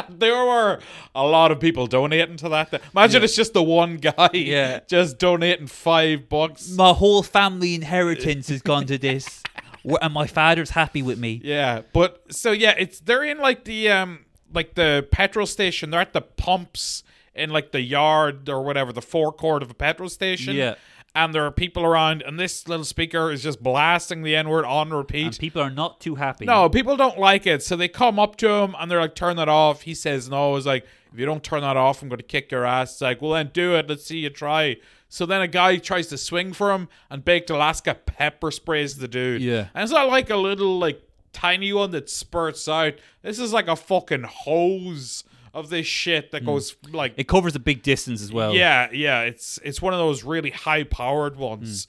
[SPEAKER 1] there were a lot of people donating to that. thing. Imagine it's just the one guy
[SPEAKER 2] Yeah.
[SPEAKER 1] just donating five bucks.
[SPEAKER 2] My whole family inheritance has gone to this, Wh- and my father's happy with me.
[SPEAKER 1] Yeah, but so yeah, it's they're in like the um like the petrol station. They're at the pumps in like the yard or whatever the forecourt of a petrol station.
[SPEAKER 2] Yeah.
[SPEAKER 1] and there are people around, and this little speaker is just blasting the n word on repeat.
[SPEAKER 2] And people are not too happy.
[SPEAKER 1] No, people don't like it. So they come up to him and they're like, turn that off. He says no. He's like, if you don't turn that off, I'm going to kick your ass. It's like, well, then do it. Let's see you try. So then a guy tries to swing for him and Baked Alaska pepper sprays the dude.
[SPEAKER 2] Yeah.
[SPEAKER 1] And it's not like a little, like, tiny one that spurts out. This is like a fucking hose of this shit
[SPEAKER 2] Hmm.
[SPEAKER 1] that goes, like,
[SPEAKER 2] It covers a big distance as well.
[SPEAKER 1] yeah, yeah, it's it's one of those really high powered ones.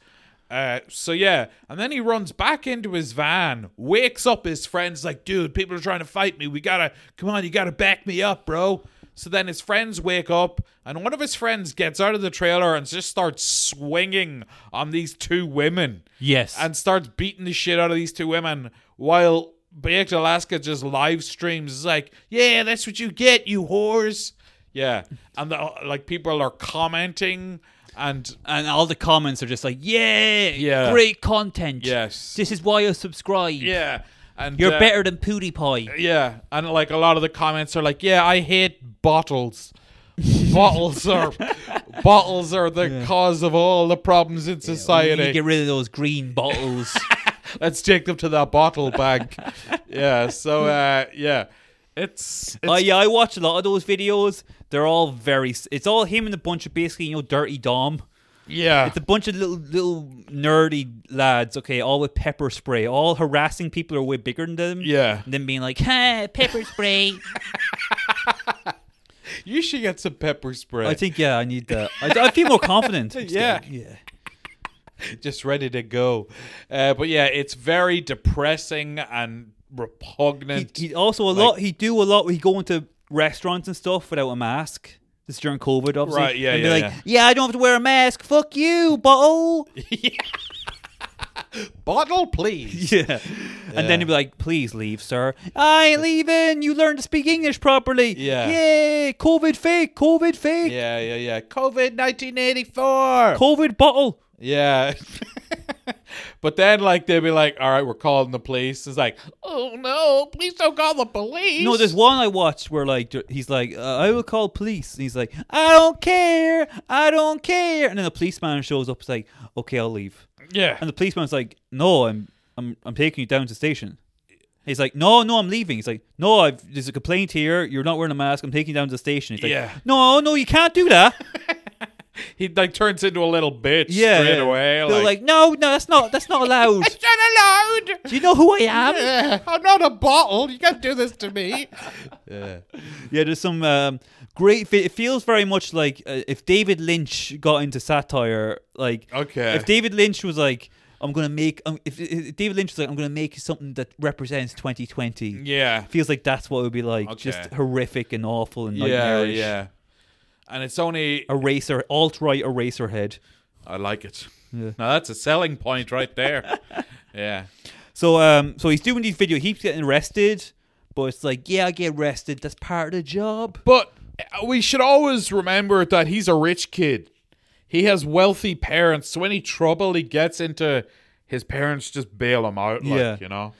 [SPEAKER 1] Uh, so yeah, and then he runs back into his van, wakes up his friends like, dude, people are trying to fight me. We gotta come on, you gotta back me up, bro. So then his friends wake up, and one of his friends gets out of the trailer and just starts swinging on these two women
[SPEAKER 2] Yes.
[SPEAKER 1] and starts beating the shit out of these two women while Baked Alaska just live streams It's like, yeah, that's what you get, you whores. Yeah, and the, uh, like people are commenting and
[SPEAKER 2] and all the comments are just like, yeah,
[SPEAKER 1] Yeah.
[SPEAKER 2] great content.
[SPEAKER 1] Yes.
[SPEAKER 2] This is why I subscribe.
[SPEAKER 1] yeah, and
[SPEAKER 2] You're
[SPEAKER 1] uh,
[SPEAKER 2] better than PewDiePie.
[SPEAKER 1] Yeah, and like a lot of the comments are like, yeah, I hate bottles. bottles are bottles are the cause of all the problems in
[SPEAKER 2] You
[SPEAKER 1] society.
[SPEAKER 2] need to get rid of those green bottles.
[SPEAKER 1] Let's take them to the bottle bank. yeah, so uh, yeah, it's, it's
[SPEAKER 2] Oh yeah, I watch a lot of those videos. They're all very. s- It's all him and a bunch of basically, you know, dirty dom.
[SPEAKER 1] yeah.
[SPEAKER 2] It's a bunch of little little nerdy lads. Okay, all with pepper spray, all harassing people who are way bigger than them.
[SPEAKER 1] Yeah.
[SPEAKER 2] and then being like, "Ha, pepper spray."
[SPEAKER 1] You should get some pepper spray.
[SPEAKER 2] I think yeah, I need that. I, I feel more confident. I'm just
[SPEAKER 1] Yeah.
[SPEAKER 2] kidding. yeah.
[SPEAKER 1] just ready to go. Uh, but yeah, it's very depressing and repugnant.
[SPEAKER 2] He also a lot. He do a lot. He go into restaurants and stuff without a mask. This is during COVID, obviously.
[SPEAKER 1] Right, yeah,
[SPEAKER 2] and
[SPEAKER 1] yeah,
[SPEAKER 2] Be like, yeah. I don't have to wear a mask. Fuck you, bottle.
[SPEAKER 1] Bottle, please.
[SPEAKER 2] Yeah. And then he'd be like, please leave, sir. I ain't leaving. You learned to speak English properly.
[SPEAKER 1] Yeah.
[SPEAKER 2] Yay. COVID fake. COVID fake.
[SPEAKER 1] Yeah, yeah, yeah. COVID nineteen eighty four.
[SPEAKER 2] COVID bottle.
[SPEAKER 1] Yeah. But then, like, they'd be like, all right, we're calling the police. It's like, oh no, please don't call the police.
[SPEAKER 2] No, there's one I watched where like dur- he's like, uh, I will call police, and he's like, I don't care, I don't care, and then the policeman shows up, he's like, okay, I'll leave,
[SPEAKER 1] Yeah.
[SPEAKER 2] and the policeman's like, no, I'm I'm I'm taking you down to the station. He's like, no, no, I'm leaving. He's like, no, I've, there's a complaint here. You're not wearing a mask. I'm taking you down to the station. He's like,
[SPEAKER 1] Yeah.
[SPEAKER 2] no, no, you can't do that.
[SPEAKER 1] He, like, turns into a little bitch
[SPEAKER 2] yeah,
[SPEAKER 1] straight
[SPEAKER 2] yeah.
[SPEAKER 1] away.
[SPEAKER 2] They're
[SPEAKER 1] Like,
[SPEAKER 2] like, no, no, that's not that's not allowed.
[SPEAKER 1] it's not allowed.
[SPEAKER 2] do you know who I am?
[SPEAKER 1] Yeah, I'm not a bottle. You can't do this to me. yeah.
[SPEAKER 2] Yeah, there's some um, great. fe- It feels very much like uh, if David Lynch got into satire, like
[SPEAKER 1] Okay.
[SPEAKER 2] if David Lynch was like, "I'm gonna make," um, if, if David Lynch was like, "I'm gonna make something that represents 2020,"
[SPEAKER 1] Yeah.
[SPEAKER 2] feels like that's what it would be like, just
[SPEAKER 1] Okay.
[SPEAKER 2] horrific and awful and
[SPEAKER 1] Yeah.
[SPEAKER 2] nightmarish.
[SPEAKER 1] Yeah. And it's only
[SPEAKER 2] Eraser, alt right eraser head.
[SPEAKER 1] I like it.
[SPEAKER 2] Yeah.
[SPEAKER 1] Now that's a selling point right there. yeah.
[SPEAKER 2] So, um, so he's doing these video. He's getting arrested, but it's like, yeah, I get arrested. That's part of the job.
[SPEAKER 1] But uh, we should always remember that he's a rich kid. He has wealthy parents, so any trouble he gets into, his parents just bail him out. Like,
[SPEAKER 2] Yeah.
[SPEAKER 1] You know.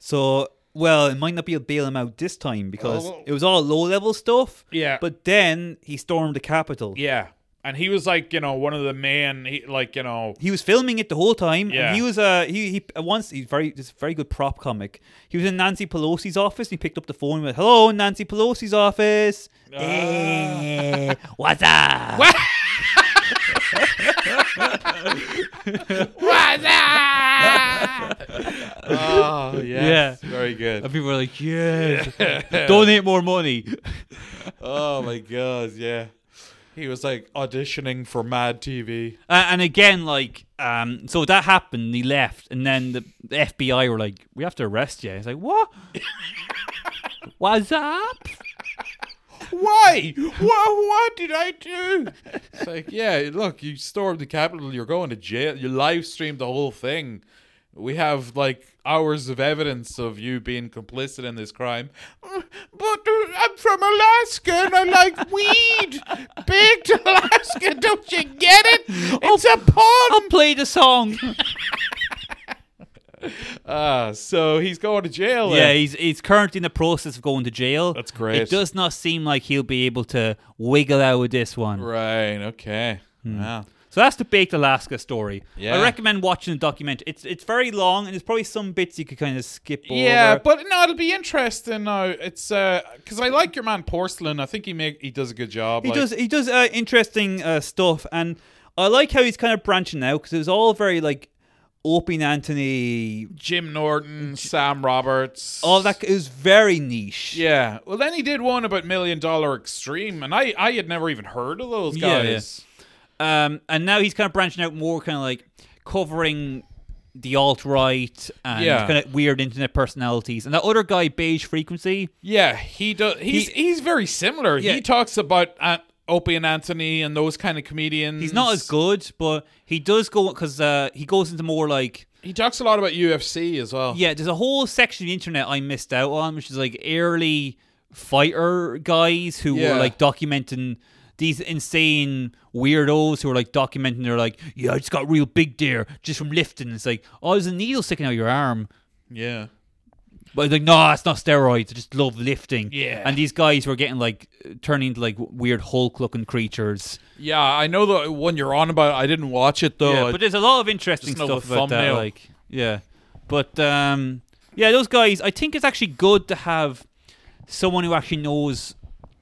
[SPEAKER 2] So, well, it might not be a bail him out this time because
[SPEAKER 1] Oh, well-
[SPEAKER 2] it was all low level stuff.
[SPEAKER 1] Yeah.
[SPEAKER 2] But then he stormed the Capitol.
[SPEAKER 1] Yeah. And he was like, you know, one of the main, he, like, you know,
[SPEAKER 2] He was filming it the whole time.
[SPEAKER 1] Yeah.
[SPEAKER 2] And he was uh he he uh, once he's very this very good prop comic. He was in Nancy Pelosi's office. And he picked up the phone and went, "Hello, Nancy Pelosi's office.
[SPEAKER 1] Uh.
[SPEAKER 2] Eh, what's up?
[SPEAKER 1] oh yes.
[SPEAKER 2] Yeah.
[SPEAKER 1] very good.
[SPEAKER 2] And people were like, "Yes, donate more money."
[SPEAKER 1] Oh my god, yeah. He was like auditioning for Mad TV.
[SPEAKER 2] Uh, and again, like, um, so that happened. He left, and then the, the FBI were like, "We have to arrest you." He's like, "What? What's up?"
[SPEAKER 1] Why? what? What did I do? It's like, yeah, look, you stormed the Capitol. You're going to jail. You live streamed the whole thing. We have like hours of evidence of you being complicit in this crime. "Mm, But uh, I'm from Alaska and I like weed. Baked Alaska, don't you get it? It's a pun.
[SPEAKER 2] I'll play the song.
[SPEAKER 1] Ah, so he's going to jail. then.
[SPEAKER 2] yeah, he's he's currently in the process of going to jail.
[SPEAKER 1] That's great.
[SPEAKER 2] It does not seem like he'll be able to wiggle out of this one.
[SPEAKER 1] Right. Okay. Wow.
[SPEAKER 2] So that's the Baked Alaska story.
[SPEAKER 1] Yeah.
[SPEAKER 2] I recommend watching the documentary. It's it's very long, and there's probably some bits you could kind of skip over.
[SPEAKER 1] Yeah, but no, it'll be interesting. Now it's because I like your man Porcelain. I think he make he does a good job.
[SPEAKER 2] He
[SPEAKER 1] like-
[SPEAKER 2] does. He does uh, interesting uh, stuff, and I like how he's kind of branching out because it was all very like Opie and Anthony,
[SPEAKER 1] Jim Norton, Sam Roberts,
[SPEAKER 2] all that. It was very niche.
[SPEAKER 1] Yeah. Well, then he did one about Million Dollar Extreme, and I I had never even heard of those
[SPEAKER 2] Yeah, yeah.
[SPEAKER 1] guys.
[SPEAKER 2] Um, and now he's kind of branching out more, kind of like covering the alt right and
[SPEAKER 1] Yeah.
[SPEAKER 2] kind of weird internet personalities. And that other guy, Beige Frequency,
[SPEAKER 1] Yeah, he does. He's he's very similar.
[SPEAKER 2] Yeah.
[SPEAKER 1] He talks about uh, Opie and Anthony and those kind of comedians.
[SPEAKER 2] he's not as good, but he does go because uh, he goes into more like
[SPEAKER 1] He talks a lot about UFC as well.
[SPEAKER 2] Yeah, there's a whole section of the internet I missed out on, which is like early fighter guys who
[SPEAKER 1] Yeah.
[SPEAKER 2] were like documenting these insane weirdos who were like documenting. They're like, "Yeah, I just got real big there just from lifting." It's like, "Oh, there's a needle sticking out your arm,"
[SPEAKER 1] Yeah.
[SPEAKER 2] but it's like, "No, it's not steroids. I just love lifting."
[SPEAKER 1] Yeah.
[SPEAKER 2] and these guys were getting like turning into like weird Hulk-looking creatures.
[SPEAKER 1] Yeah, I know the one you're on about. I didn't watch it though.
[SPEAKER 2] yeah, but there's a lot of interesting
[SPEAKER 1] Just another
[SPEAKER 2] stuff about that.
[SPEAKER 1] thumbnail.
[SPEAKER 2] Like, yeah, but um, yeah, those guys. I think it's actually good to have someone who actually knows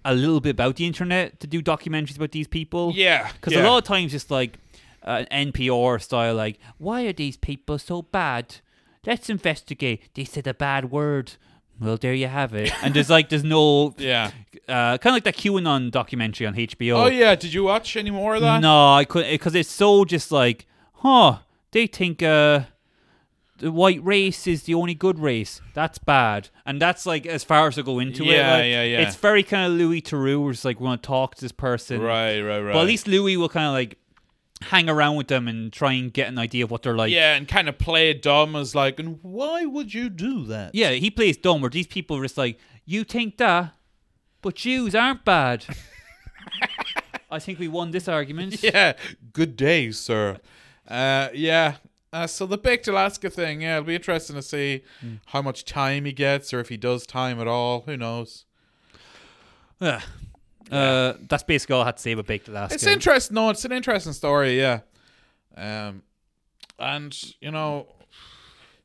[SPEAKER 2] a little bit about the internet to do documentaries about these people.
[SPEAKER 1] yeah,
[SPEAKER 2] because
[SPEAKER 1] yeah.
[SPEAKER 2] a lot of times it's like uh, an NPR style, like, why are these people so bad? Let's investigate. They said a bad word. Well, there you have it. And there's like, there's no,
[SPEAKER 1] Yeah.
[SPEAKER 2] uh, kind of like that QAnon documentary on HBO.
[SPEAKER 1] Oh yeah, did you watch any more of that?
[SPEAKER 2] No, I couldn't because it's so just like, huh? They think uh, the white race is the only good race. That's bad, and that's like as far as I go into it.
[SPEAKER 1] Yeah,
[SPEAKER 2] like,
[SPEAKER 1] yeah, yeah.
[SPEAKER 2] It's very kind of Louis Theroux. We're just like we want to talk to this person,
[SPEAKER 1] Right, right, right.
[SPEAKER 2] But at least Louis will kind of like hang around with them and try and get an idea of what they're like.
[SPEAKER 1] yeah, and kind of play dumb as like, and why would you do that?
[SPEAKER 2] Yeah, he plays dumb. Where these people are just like, you think that, but Jews aren't bad. I think we won this argument.
[SPEAKER 1] Yeah. Good day, sir. Uh, yeah. Uh, so the baked Alaska thing, yeah, it'll be interesting to see
[SPEAKER 2] Hmm.
[SPEAKER 1] how much time he gets or if he does time at all. Who knows?
[SPEAKER 2] Ugh. Uh, that's basically all I had to say about Baked Alaska.
[SPEAKER 1] It's interesting. No, it's an interesting story. Yeah. Um, and you know,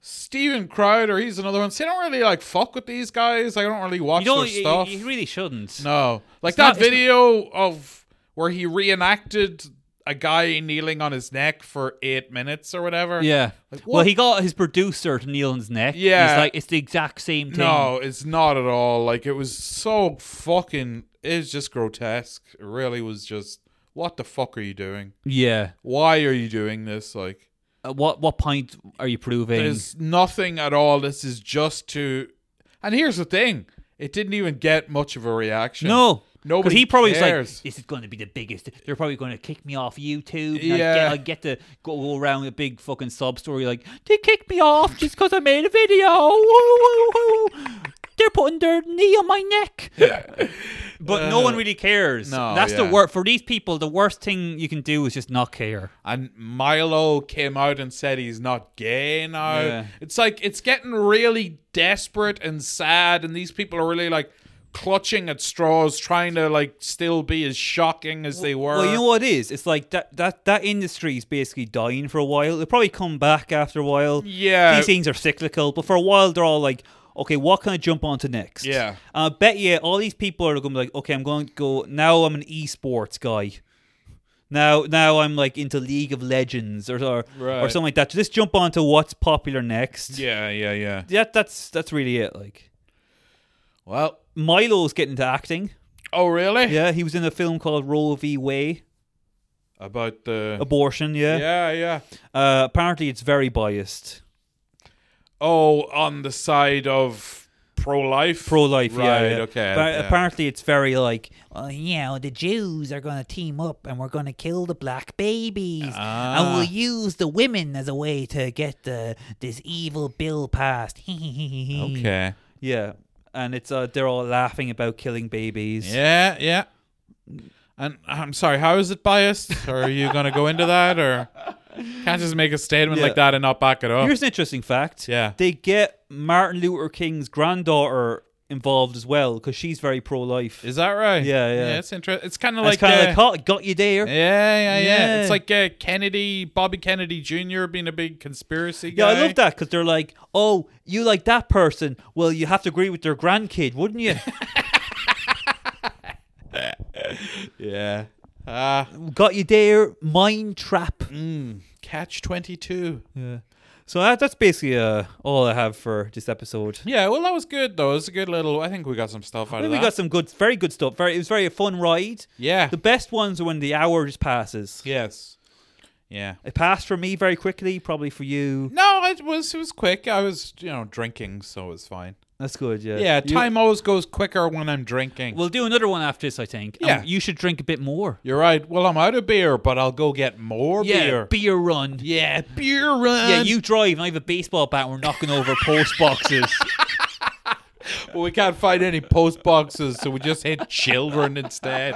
[SPEAKER 1] Steven Crowder, he's another one. See, I don't really like fuck with these guys. Like, I don't really watch
[SPEAKER 2] you know,
[SPEAKER 1] their
[SPEAKER 2] you,
[SPEAKER 1] stuff.
[SPEAKER 2] you really shouldn't.
[SPEAKER 1] no, like
[SPEAKER 2] not- it's
[SPEAKER 1] that
[SPEAKER 2] not-
[SPEAKER 1] video of where he reenacted a guy kneeling on his neck for eight minutes or whatever.
[SPEAKER 2] Yeah.
[SPEAKER 1] Like,
[SPEAKER 2] well,
[SPEAKER 1] what?
[SPEAKER 2] he got his producer to kneel on his neck.
[SPEAKER 1] Yeah.
[SPEAKER 2] He's like, it's the exact same thing.
[SPEAKER 1] No, it's not at all. Like it was so fucking. It's just grotesque. It really was just. What the fuck are you doing?
[SPEAKER 2] Yeah.
[SPEAKER 1] Why are you doing this? Like
[SPEAKER 2] At what what point are you proving?
[SPEAKER 1] there's nothing at all. This is just to. And here's the thing. It didn't even get much of a reaction.
[SPEAKER 2] no. Because
[SPEAKER 1] Nobody
[SPEAKER 2] he probably was
[SPEAKER 1] cares.
[SPEAKER 2] like, this is going to be the biggest. They're probably going to kick me off YouTube. And I,
[SPEAKER 1] Yeah.
[SPEAKER 2] get, I get to go, go around a big fucking sob story like, they kicked me off just because I made a video. Woo, woo, woo. They're putting their knee on my neck. But no
[SPEAKER 1] Uh,
[SPEAKER 2] one really cares.
[SPEAKER 1] no,
[SPEAKER 2] That's the
[SPEAKER 1] yeah.
[SPEAKER 2] worst. For these people, the worst thing you can do is just not care.
[SPEAKER 1] And Milo came out and said he's not gay now.
[SPEAKER 2] Yeah.
[SPEAKER 1] It's like it's getting really desperate and sad, and these people are really like clutching at straws, trying to like still be as shocking as they were.
[SPEAKER 2] Well, you know what it is? It's like that that that industry is basically dying for a while. They'll probably come back after a while.
[SPEAKER 1] Yeah.
[SPEAKER 2] these things are cyclical, but for a while they're all like, okay, what can I jump onto next?
[SPEAKER 1] Yeah.
[SPEAKER 2] and I bet you all these people are going to be like, okay, I'm going to go now. I'm an esports guy. Now, now I'm like into League of Legends or or, or
[SPEAKER 1] Right.
[SPEAKER 2] something like that. Just jump onto what's popular next.
[SPEAKER 1] yeah, yeah, yeah.
[SPEAKER 2] That- that's that's really it. Like
[SPEAKER 1] Well,
[SPEAKER 2] Milo's getting into acting.
[SPEAKER 1] oh really?
[SPEAKER 2] Yeah, he was in a film called Roe v. Way,
[SPEAKER 1] About the
[SPEAKER 2] abortion.
[SPEAKER 1] yeah, yeah.
[SPEAKER 2] Uh, apparently, it's very biased.
[SPEAKER 1] Oh, on the side of pro-life.
[SPEAKER 2] Pro life, yeah,
[SPEAKER 1] Right,
[SPEAKER 2] yeah.
[SPEAKER 1] okay,
[SPEAKER 2] But
[SPEAKER 1] yeah.
[SPEAKER 2] apparently, it's very like, uh, you know, the Jews are going to team up and we're going to kill the black babies, and
[SPEAKER 1] Ah.
[SPEAKER 2] we'll use the women as a way to get the this evil bill passed.
[SPEAKER 1] Okay.
[SPEAKER 2] Yeah, and it's uh, they're all laughing about killing babies.
[SPEAKER 1] Yeah, yeah. And I'm sorry, how is it biased? Or are you going to go into that? Or can't just make a statement
[SPEAKER 2] Yeah.
[SPEAKER 1] like that and not back it up?
[SPEAKER 2] Here's an interesting fact.
[SPEAKER 1] Yeah.
[SPEAKER 2] They get Martin Luther King's granddaughter involved as well because she's very pro life.
[SPEAKER 1] is that right?
[SPEAKER 2] Yeah, yeah.
[SPEAKER 1] it's interesting. It's kind of
[SPEAKER 2] It's
[SPEAKER 1] like.
[SPEAKER 2] kind of like,
[SPEAKER 1] uh,
[SPEAKER 2] oh, got you there.
[SPEAKER 1] yeah, yeah, yeah,
[SPEAKER 2] Yeah.
[SPEAKER 1] It's like uh, Kennedy, Bobby Kennedy Jr. being a big conspiracy
[SPEAKER 2] Yeah,
[SPEAKER 1] guy.
[SPEAKER 2] I love that because they're like, oh, you like that person. Well, you have to agree with their grandkid, wouldn't you?
[SPEAKER 1] Yeah. Ah,
[SPEAKER 2] Got you there, mind trap.
[SPEAKER 1] catch 22.
[SPEAKER 2] Yeah. Mm. So that, that's basically uh, all I have for this episode.
[SPEAKER 1] Yeah, well, that was good, though. It was a good little. I think we got some stuff
[SPEAKER 2] I
[SPEAKER 1] out of
[SPEAKER 2] think
[SPEAKER 1] that.
[SPEAKER 2] we got some good, very good stuff. Very, it was very a fun ride.
[SPEAKER 1] yeah.
[SPEAKER 2] The best ones are when the hour just passes.
[SPEAKER 1] yes. Yeah.
[SPEAKER 2] It passed for me very quickly, probably for you.
[SPEAKER 1] No, it was it was quick. I was, you know, drinking, so it was fine.
[SPEAKER 2] That's good. Yeah.
[SPEAKER 1] Yeah,
[SPEAKER 2] You-
[SPEAKER 1] time always goes quicker when I'm drinking.
[SPEAKER 2] We'll do another one after this, I think. And
[SPEAKER 1] Yeah.
[SPEAKER 2] you should drink a bit more.
[SPEAKER 1] You're right. Well, I'm out of beer, but I'll go get more beer.
[SPEAKER 2] Yeah. Beer run.
[SPEAKER 1] yeah, beer run.
[SPEAKER 2] Yeah, you drive and I have a baseball bat and we're knocking over post boxes.
[SPEAKER 1] But we can't find any post boxes, so we just hit children instead.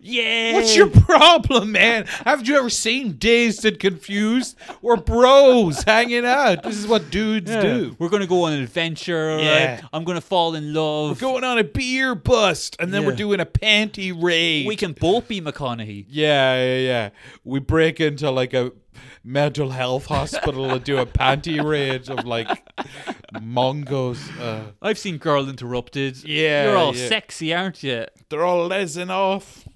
[SPEAKER 2] Yeah.
[SPEAKER 1] What's your problem, man? Have you ever seen Dazed and Confused? We're bros hanging out. This is what dudes do.
[SPEAKER 2] We're gonna go on an adventure. all
[SPEAKER 1] Yeah.
[SPEAKER 2] right? I'm gonna fall in love.
[SPEAKER 1] Going on a beer bust, and then
[SPEAKER 2] Yeah.
[SPEAKER 1] we're doing a panty raid.
[SPEAKER 2] we can both be McConaughey.
[SPEAKER 1] Yeah, yeah, yeah. We break into like a mental health hospital and do a panty raid of like Mongos. Uh,
[SPEAKER 2] I've seen Girl Interrupted.
[SPEAKER 1] Yeah,
[SPEAKER 2] You're all
[SPEAKER 1] yeah.
[SPEAKER 2] sexy, aren't you?
[SPEAKER 1] they're all lezzing off.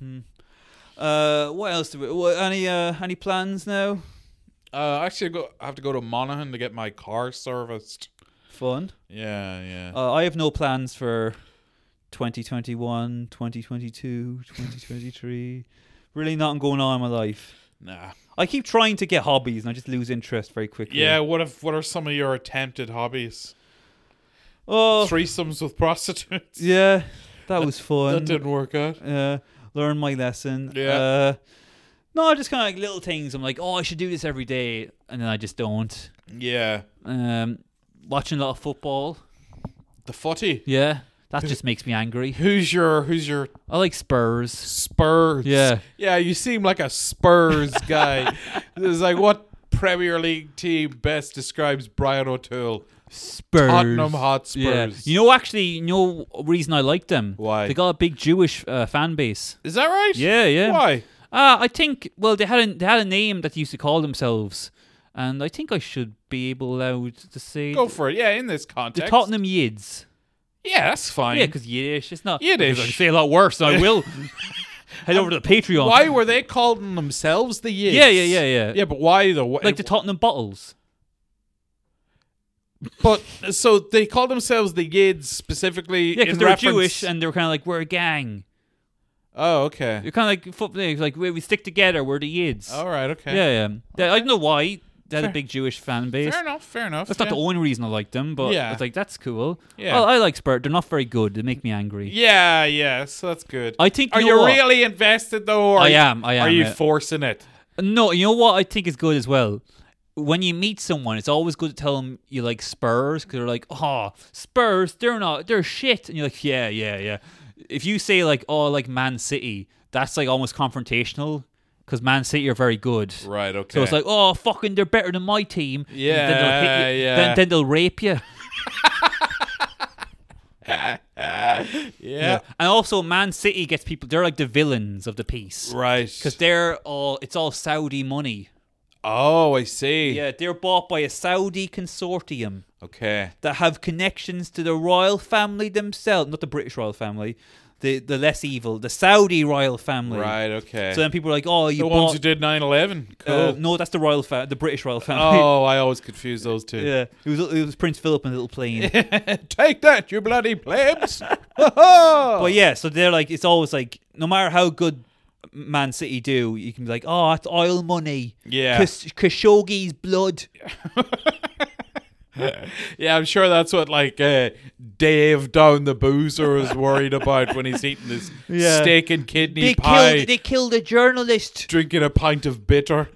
[SPEAKER 2] Uh, what else do we? What, any uh, any plans now?
[SPEAKER 1] Uh, actually, I go, I have to go to Monaghan to get my car serviced.
[SPEAKER 2] Fun.
[SPEAKER 1] Yeah, yeah.
[SPEAKER 2] Uh, I have no plans for 2021, 2022, 2023. really, nothing going on in my life.
[SPEAKER 1] nah.
[SPEAKER 2] I keep trying to get hobbies and I just lose interest very quickly.
[SPEAKER 1] Yeah. What if? What are some of your attempted hobbies?
[SPEAKER 2] Oh,
[SPEAKER 1] Threesomes with prostitutes.
[SPEAKER 2] yeah. That was fun.
[SPEAKER 1] That didn't work out.
[SPEAKER 2] uh, learn my lesson.
[SPEAKER 1] Yeah.
[SPEAKER 2] Uh, no, just kind of like little things. I'm like, oh, I should do this every day, and then I just don't.
[SPEAKER 1] Yeah.
[SPEAKER 2] Um, watching a lot of football.
[SPEAKER 1] The footy.
[SPEAKER 2] Yeah, that just makes me angry.
[SPEAKER 1] Who's your Who's your
[SPEAKER 2] I like Spurs.
[SPEAKER 1] Spurs.
[SPEAKER 2] Yeah.
[SPEAKER 1] Yeah, you seem like a Spurs guy. it's like what Premier League team best describes Brian O'Toole?
[SPEAKER 2] Spurs.
[SPEAKER 1] Tottenham Hotspurs.
[SPEAKER 2] You know, actually, you know reason I like them.
[SPEAKER 1] Why?
[SPEAKER 2] They got a big Jewish uh, fan base.
[SPEAKER 1] Is that right?
[SPEAKER 2] Yeah, yeah.
[SPEAKER 1] Why?
[SPEAKER 2] Uh, I think well they had a, they had a name that they used to call themselves, and I think I should be able allowed to say
[SPEAKER 1] Go for it. Yeah, in this
[SPEAKER 2] the
[SPEAKER 1] context.
[SPEAKER 2] Tottenham Yids.
[SPEAKER 1] Yeah, that's fine.
[SPEAKER 2] Yeah, because Yiddish, it's not
[SPEAKER 1] Yiddish.
[SPEAKER 2] I can say a lot worse. and I will. Head over to the Patreon.
[SPEAKER 1] Um, why were they calling themselves the Yids?
[SPEAKER 2] Yeah, yeah, yeah, yeah.
[SPEAKER 1] Yeah, but why though?
[SPEAKER 2] Like the Tottenham bottles.
[SPEAKER 1] But so they call themselves the Yids specifically.
[SPEAKER 2] Yeah,
[SPEAKER 1] in
[SPEAKER 2] because they're
[SPEAKER 1] reference-
[SPEAKER 2] Jewish and they were kind of like we're a gang.
[SPEAKER 1] Oh, okay.
[SPEAKER 2] You're kind of like football. Like we, we stick together. We're the Yids.
[SPEAKER 1] All right. Oh, Okay.
[SPEAKER 2] Yeah, yeah. They- I don't know why they had a big Jewish fan base.
[SPEAKER 1] Fair enough. Fair enough.
[SPEAKER 2] That's
[SPEAKER 1] yeah.
[SPEAKER 2] not the only reason I like them, but
[SPEAKER 1] Yeah.
[SPEAKER 2] it's like that's cool.
[SPEAKER 1] Yeah.
[SPEAKER 2] Well, I like Spurs. They're not very good. They make me angry.
[SPEAKER 1] Yeah, yeah. So that's good.
[SPEAKER 2] I think-
[SPEAKER 1] Are
[SPEAKER 2] you
[SPEAKER 1] you,
[SPEAKER 2] know what?
[SPEAKER 1] really invested though? Or
[SPEAKER 2] I
[SPEAKER 1] are you-
[SPEAKER 2] am, I am,
[SPEAKER 1] Are you
[SPEAKER 2] yeah.
[SPEAKER 1] forcing it?
[SPEAKER 2] No, you know what I think is good as well. When you meet someone, it's always good to tell them you like Spurs because they're like, oh, Spurs, they're not, they're shit, and you're like, yeah, yeah, yeah. If you say like, oh, I like Man City, that's like almost confrontational because Man City are very good.
[SPEAKER 1] Right. Okay.
[SPEAKER 2] So it's like, oh, fucking, they're better than my team. And then they'll
[SPEAKER 1] Yeah,
[SPEAKER 2] hit you,
[SPEAKER 1] yeah.
[SPEAKER 2] Then, then they'll rape you.
[SPEAKER 1] yeah.
[SPEAKER 2] And also, Man City gets people. They're like the villains of the piece because
[SPEAKER 1] Right.
[SPEAKER 2] they're all. It's all Saudi money.
[SPEAKER 1] Oh, I see.
[SPEAKER 2] Yeah, they're bought by a Saudi consortium
[SPEAKER 1] Okay.
[SPEAKER 2] that have connections to the royal family themselves, not the British royal family, the the less evil, the Saudi royal family.
[SPEAKER 1] Right. Okay.
[SPEAKER 2] So then people are like, "Oh, you
[SPEAKER 1] the ones
[SPEAKER 2] bought."
[SPEAKER 1] who did 9/11. Cool.
[SPEAKER 2] uh, no, that's the royal, fa- the British royal family.
[SPEAKER 1] oh, I always confuse those two.
[SPEAKER 2] Yeah, it was it was Prince Philip and a little plane.
[SPEAKER 1] Take that, you bloody plebs! oh,
[SPEAKER 2] But yeah, so they're like, it's always like, no matter how good Man City do, you can be like, oh, it's oil money.
[SPEAKER 1] Yeah.
[SPEAKER 2] Khas- Khashoggi's blood.
[SPEAKER 1] yeah, I'm sure that's what like uh, Dave down the boozer is worried about when he's eating his
[SPEAKER 2] Yeah.
[SPEAKER 1] steak and kidney
[SPEAKER 2] They
[SPEAKER 1] pie,
[SPEAKER 2] killed, they killed a journalist.
[SPEAKER 1] drinking a pint of bitter.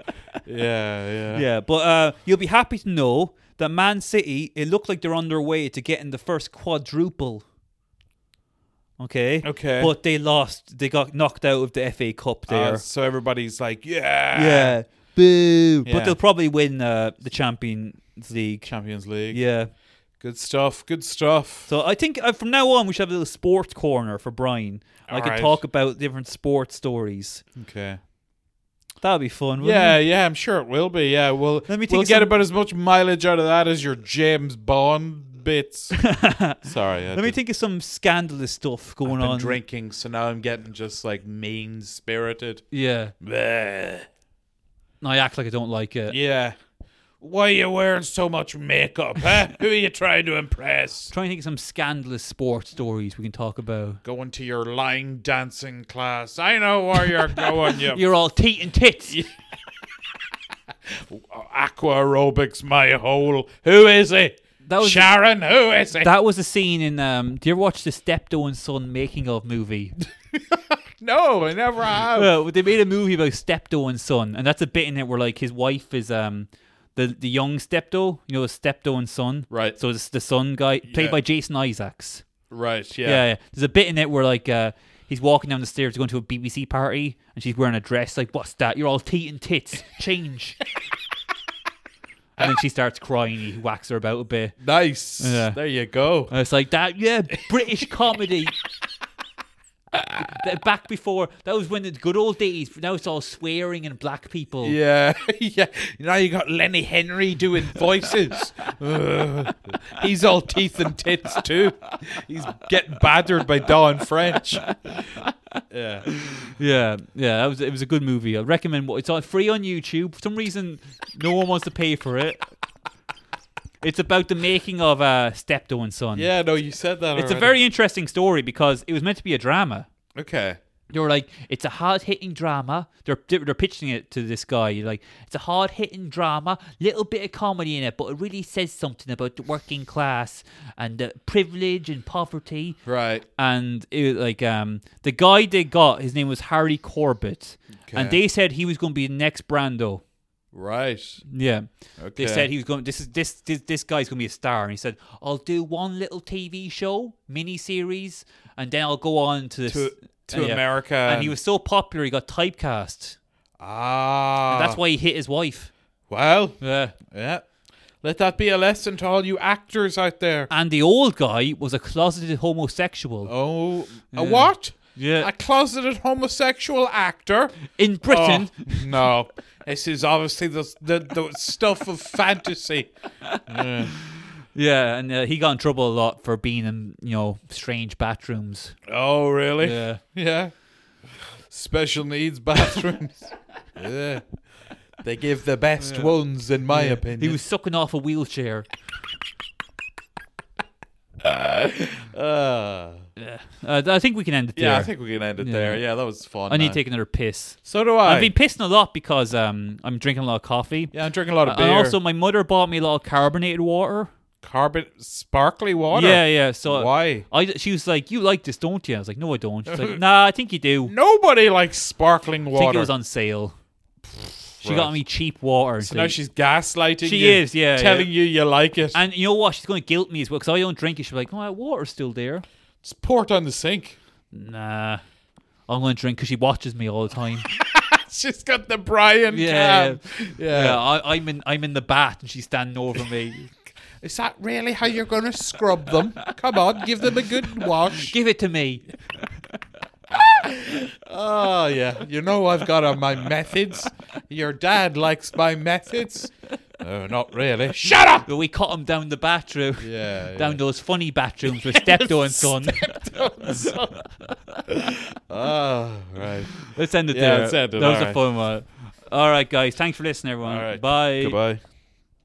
[SPEAKER 1] yeah, yeah,
[SPEAKER 2] Yeah, but uh, you'll be happy to know that Man City, it looked like they're on their way to getting the first quadruple. Okay.
[SPEAKER 1] Okay.
[SPEAKER 2] But they lost. They got knocked out of the FA Cup there.
[SPEAKER 1] Uh, so everybody's like, yeah,
[SPEAKER 2] yeah. Boo.
[SPEAKER 1] Yeah.
[SPEAKER 2] But they'll probably win uh, the Champions League.
[SPEAKER 1] Champions League.
[SPEAKER 2] Yeah.
[SPEAKER 1] Good stuff. Good stuff.
[SPEAKER 2] So I think uh, from now on we should have a little sports corner for Brian. I could
[SPEAKER 1] Alright.
[SPEAKER 2] talk about different sports stories.
[SPEAKER 1] Okay.
[SPEAKER 2] That'd be fun. Wouldn't
[SPEAKER 1] Yeah,
[SPEAKER 2] It?
[SPEAKER 1] yeah, I'm sure it will be. Yeah, we'll
[SPEAKER 2] Let me
[SPEAKER 1] we'll
[SPEAKER 2] think of
[SPEAKER 1] get
[SPEAKER 2] some-
[SPEAKER 1] about as much mileage out of that as your James Bond bits. Sorry, I
[SPEAKER 2] Let me
[SPEAKER 1] did-
[SPEAKER 2] think of some scandalous stuff going
[SPEAKER 1] been
[SPEAKER 2] on.
[SPEAKER 1] drinking, so now I'm getting just like mean spirited.
[SPEAKER 2] Yeah.
[SPEAKER 1] Yeah.
[SPEAKER 2] No, I act like I don't like it.
[SPEAKER 1] Why are you wearing so much makeup, huh? Who are you trying to impress?
[SPEAKER 2] Trying to think of some scandalous sports stories we can talk about.
[SPEAKER 1] Going to your line dancing class. I know where you're going, you
[SPEAKER 2] You're all teat and tits.
[SPEAKER 1] aqua aerobics, my hole. Who is it?
[SPEAKER 2] That was-
[SPEAKER 1] Sharon, who is it?
[SPEAKER 2] That was a scene in. Um, do you ever watch the Steptoe and Son making of movie?
[SPEAKER 1] no, I never have.
[SPEAKER 2] Well, they made a movie about Steptoe and Son, and that's a bit in it where like his wife is um the the young Steptoe, you know, Steptoe and Son.
[SPEAKER 1] Right.
[SPEAKER 2] So it's the Son guy played
[SPEAKER 1] Yeah.
[SPEAKER 2] by Jason Isaacs.
[SPEAKER 1] right, yeah.
[SPEAKER 2] Yeah. yeah. There's a bit in it where like uh he's walking down the stairs to go into a BBC party, and she's wearing a dress. Like, what's that? You're all teat and tits. Change. and then she starts crying. He whacks her about a bit.
[SPEAKER 1] Nice.
[SPEAKER 2] Yeah.
[SPEAKER 1] There you go.
[SPEAKER 2] And it's like that, yeah, British comedy. That- Back before that was when the good old days. Now it's all swearing and black people.
[SPEAKER 1] Yeah, yeah. Now you got Lenny Henry doing voices. Ugh. He's all teeth and tits too. He's getting battered by Don French. Yeah,
[SPEAKER 2] yeah, yeah, That was it. Was a good movie. I recommend. wa- It's on free on YouTube. For some reason, no one wants to pay for it. It's about the making of uh, Steptoe and Son.
[SPEAKER 1] yeah. No, you said that.
[SPEAKER 2] it's a
[SPEAKER 1] already.
[SPEAKER 2] very interesting story because it was meant to be a drama.
[SPEAKER 1] okay.
[SPEAKER 2] they were like, it's a hard hitting drama. They're they're pitching it to this guy. You're like, it's a hard hitting drama, little bit of comedy in it, but it really says something about the working class and the privilege and poverty.
[SPEAKER 1] Right.
[SPEAKER 2] And it was like um the guy they got, his name was Harry Corbett, and
[SPEAKER 1] Okay.
[SPEAKER 2] they said he was going to be the next Brando.
[SPEAKER 1] Right.
[SPEAKER 2] Yeah.
[SPEAKER 1] Okay.
[SPEAKER 2] They said he was going. This is this this this guy's going to be a star, and he said, "I'll do one little TV show, mini series, and then I'll go on to this
[SPEAKER 1] to um, to
[SPEAKER 2] yeah.
[SPEAKER 1] America.
[SPEAKER 2] And he was so popular, he got typecast.
[SPEAKER 1] ah.
[SPEAKER 2] That's why he hit his wife.
[SPEAKER 1] Well,
[SPEAKER 2] Yeah.
[SPEAKER 1] yeah. Let that be a lesson to all you actors out there.
[SPEAKER 2] And the old guy was a closeted homosexual
[SPEAKER 1] Oh, a what?
[SPEAKER 2] Yeah.
[SPEAKER 1] A closeted homosexual actor.
[SPEAKER 2] in Britain.
[SPEAKER 1] Oh, no, this is obviously the the, the stuff of fantasy.
[SPEAKER 2] Yeah, and uh, he got in trouble a lot for being in you know strange bathrooms.
[SPEAKER 1] Oh, really?
[SPEAKER 2] Yeah.
[SPEAKER 1] Yeah. Special needs bathrooms. yeah. They give the best ones, in my opinion.
[SPEAKER 2] He was sucking off a wheelchair.
[SPEAKER 1] Uh,
[SPEAKER 2] Uh, I think we can end it there.
[SPEAKER 1] yeah, I think we can end it there. Yeah, that was fun.
[SPEAKER 2] I need
[SPEAKER 1] man.
[SPEAKER 2] to take another piss.
[SPEAKER 1] So do I.
[SPEAKER 2] I've been pissing a lot because um, I'm drinking a lot of coffee.
[SPEAKER 1] yeah, I'm drinking a lot of
[SPEAKER 2] And
[SPEAKER 1] beer.
[SPEAKER 2] also, my mother bought me a lot of carbonated water.
[SPEAKER 1] carbon sparkly water.
[SPEAKER 2] Yeah, yeah. So
[SPEAKER 1] Why?
[SPEAKER 2] I she was like, "You like this, don't you?" I was like, "No, I don't." She's like, "Nah, I think you do."
[SPEAKER 1] Nobody likes sparkling
[SPEAKER 2] I think
[SPEAKER 1] water.
[SPEAKER 2] it was on sale. She
[SPEAKER 1] Right.
[SPEAKER 2] got me cheap water.
[SPEAKER 1] so now she's gaslighting
[SPEAKER 2] She
[SPEAKER 1] you.
[SPEAKER 2] is, yeah,
[SPEAKER 1] Telling you you like it.
[SPEAKER 2] and you know what? She's going to guilt me as well because I don't drink it. She'll be like, "Oh, that water's still there."
[SPEAKER 1] Just pour it on the sink.
[SPEAKER 2] Nah, I'm going to drink because she watches me all the time.
[SPEAKER 1] She's got the Brian
[SPEAKER 2] Yeah,
[SPEAKER 1] cam.
[SPEAKER 2] yeah, I, I'm in I'm in the bath and she's standing over me.
[SPEAKER 1] Is that really how you're going to scrub them? Come on, give them a good wash.
[SPEAKER 2] Give it to me.
[SPEAKER 1] Oh, yeah. You know, I've got on my methods. Your dad likes my methods. Oh, not really. Shut up!
[SPEAKER 2] But we cut him down the bathroom.
[SPEAKER 1] Yeah. yeah.
[SPEAKER 2] Down those funny bathrooms with stepdaughter and son.
[SPEAKER 1] Oh, right.
[SPEAKER 2] Let's end it
[SPEAKER 1] Yeah,
[SPEAKER 2] there.
[SPEAKER 1] let's end it,
[SPEAKER 2] that was a
[SPEAKER 1] alright.
[SPEAKER 2] fun one. All right, guys. Thanks for listening, everyone.
[SPEAKER 1] All right.
[SPEAKER 2] Bye.
[SPEAKER 1] Goodbye.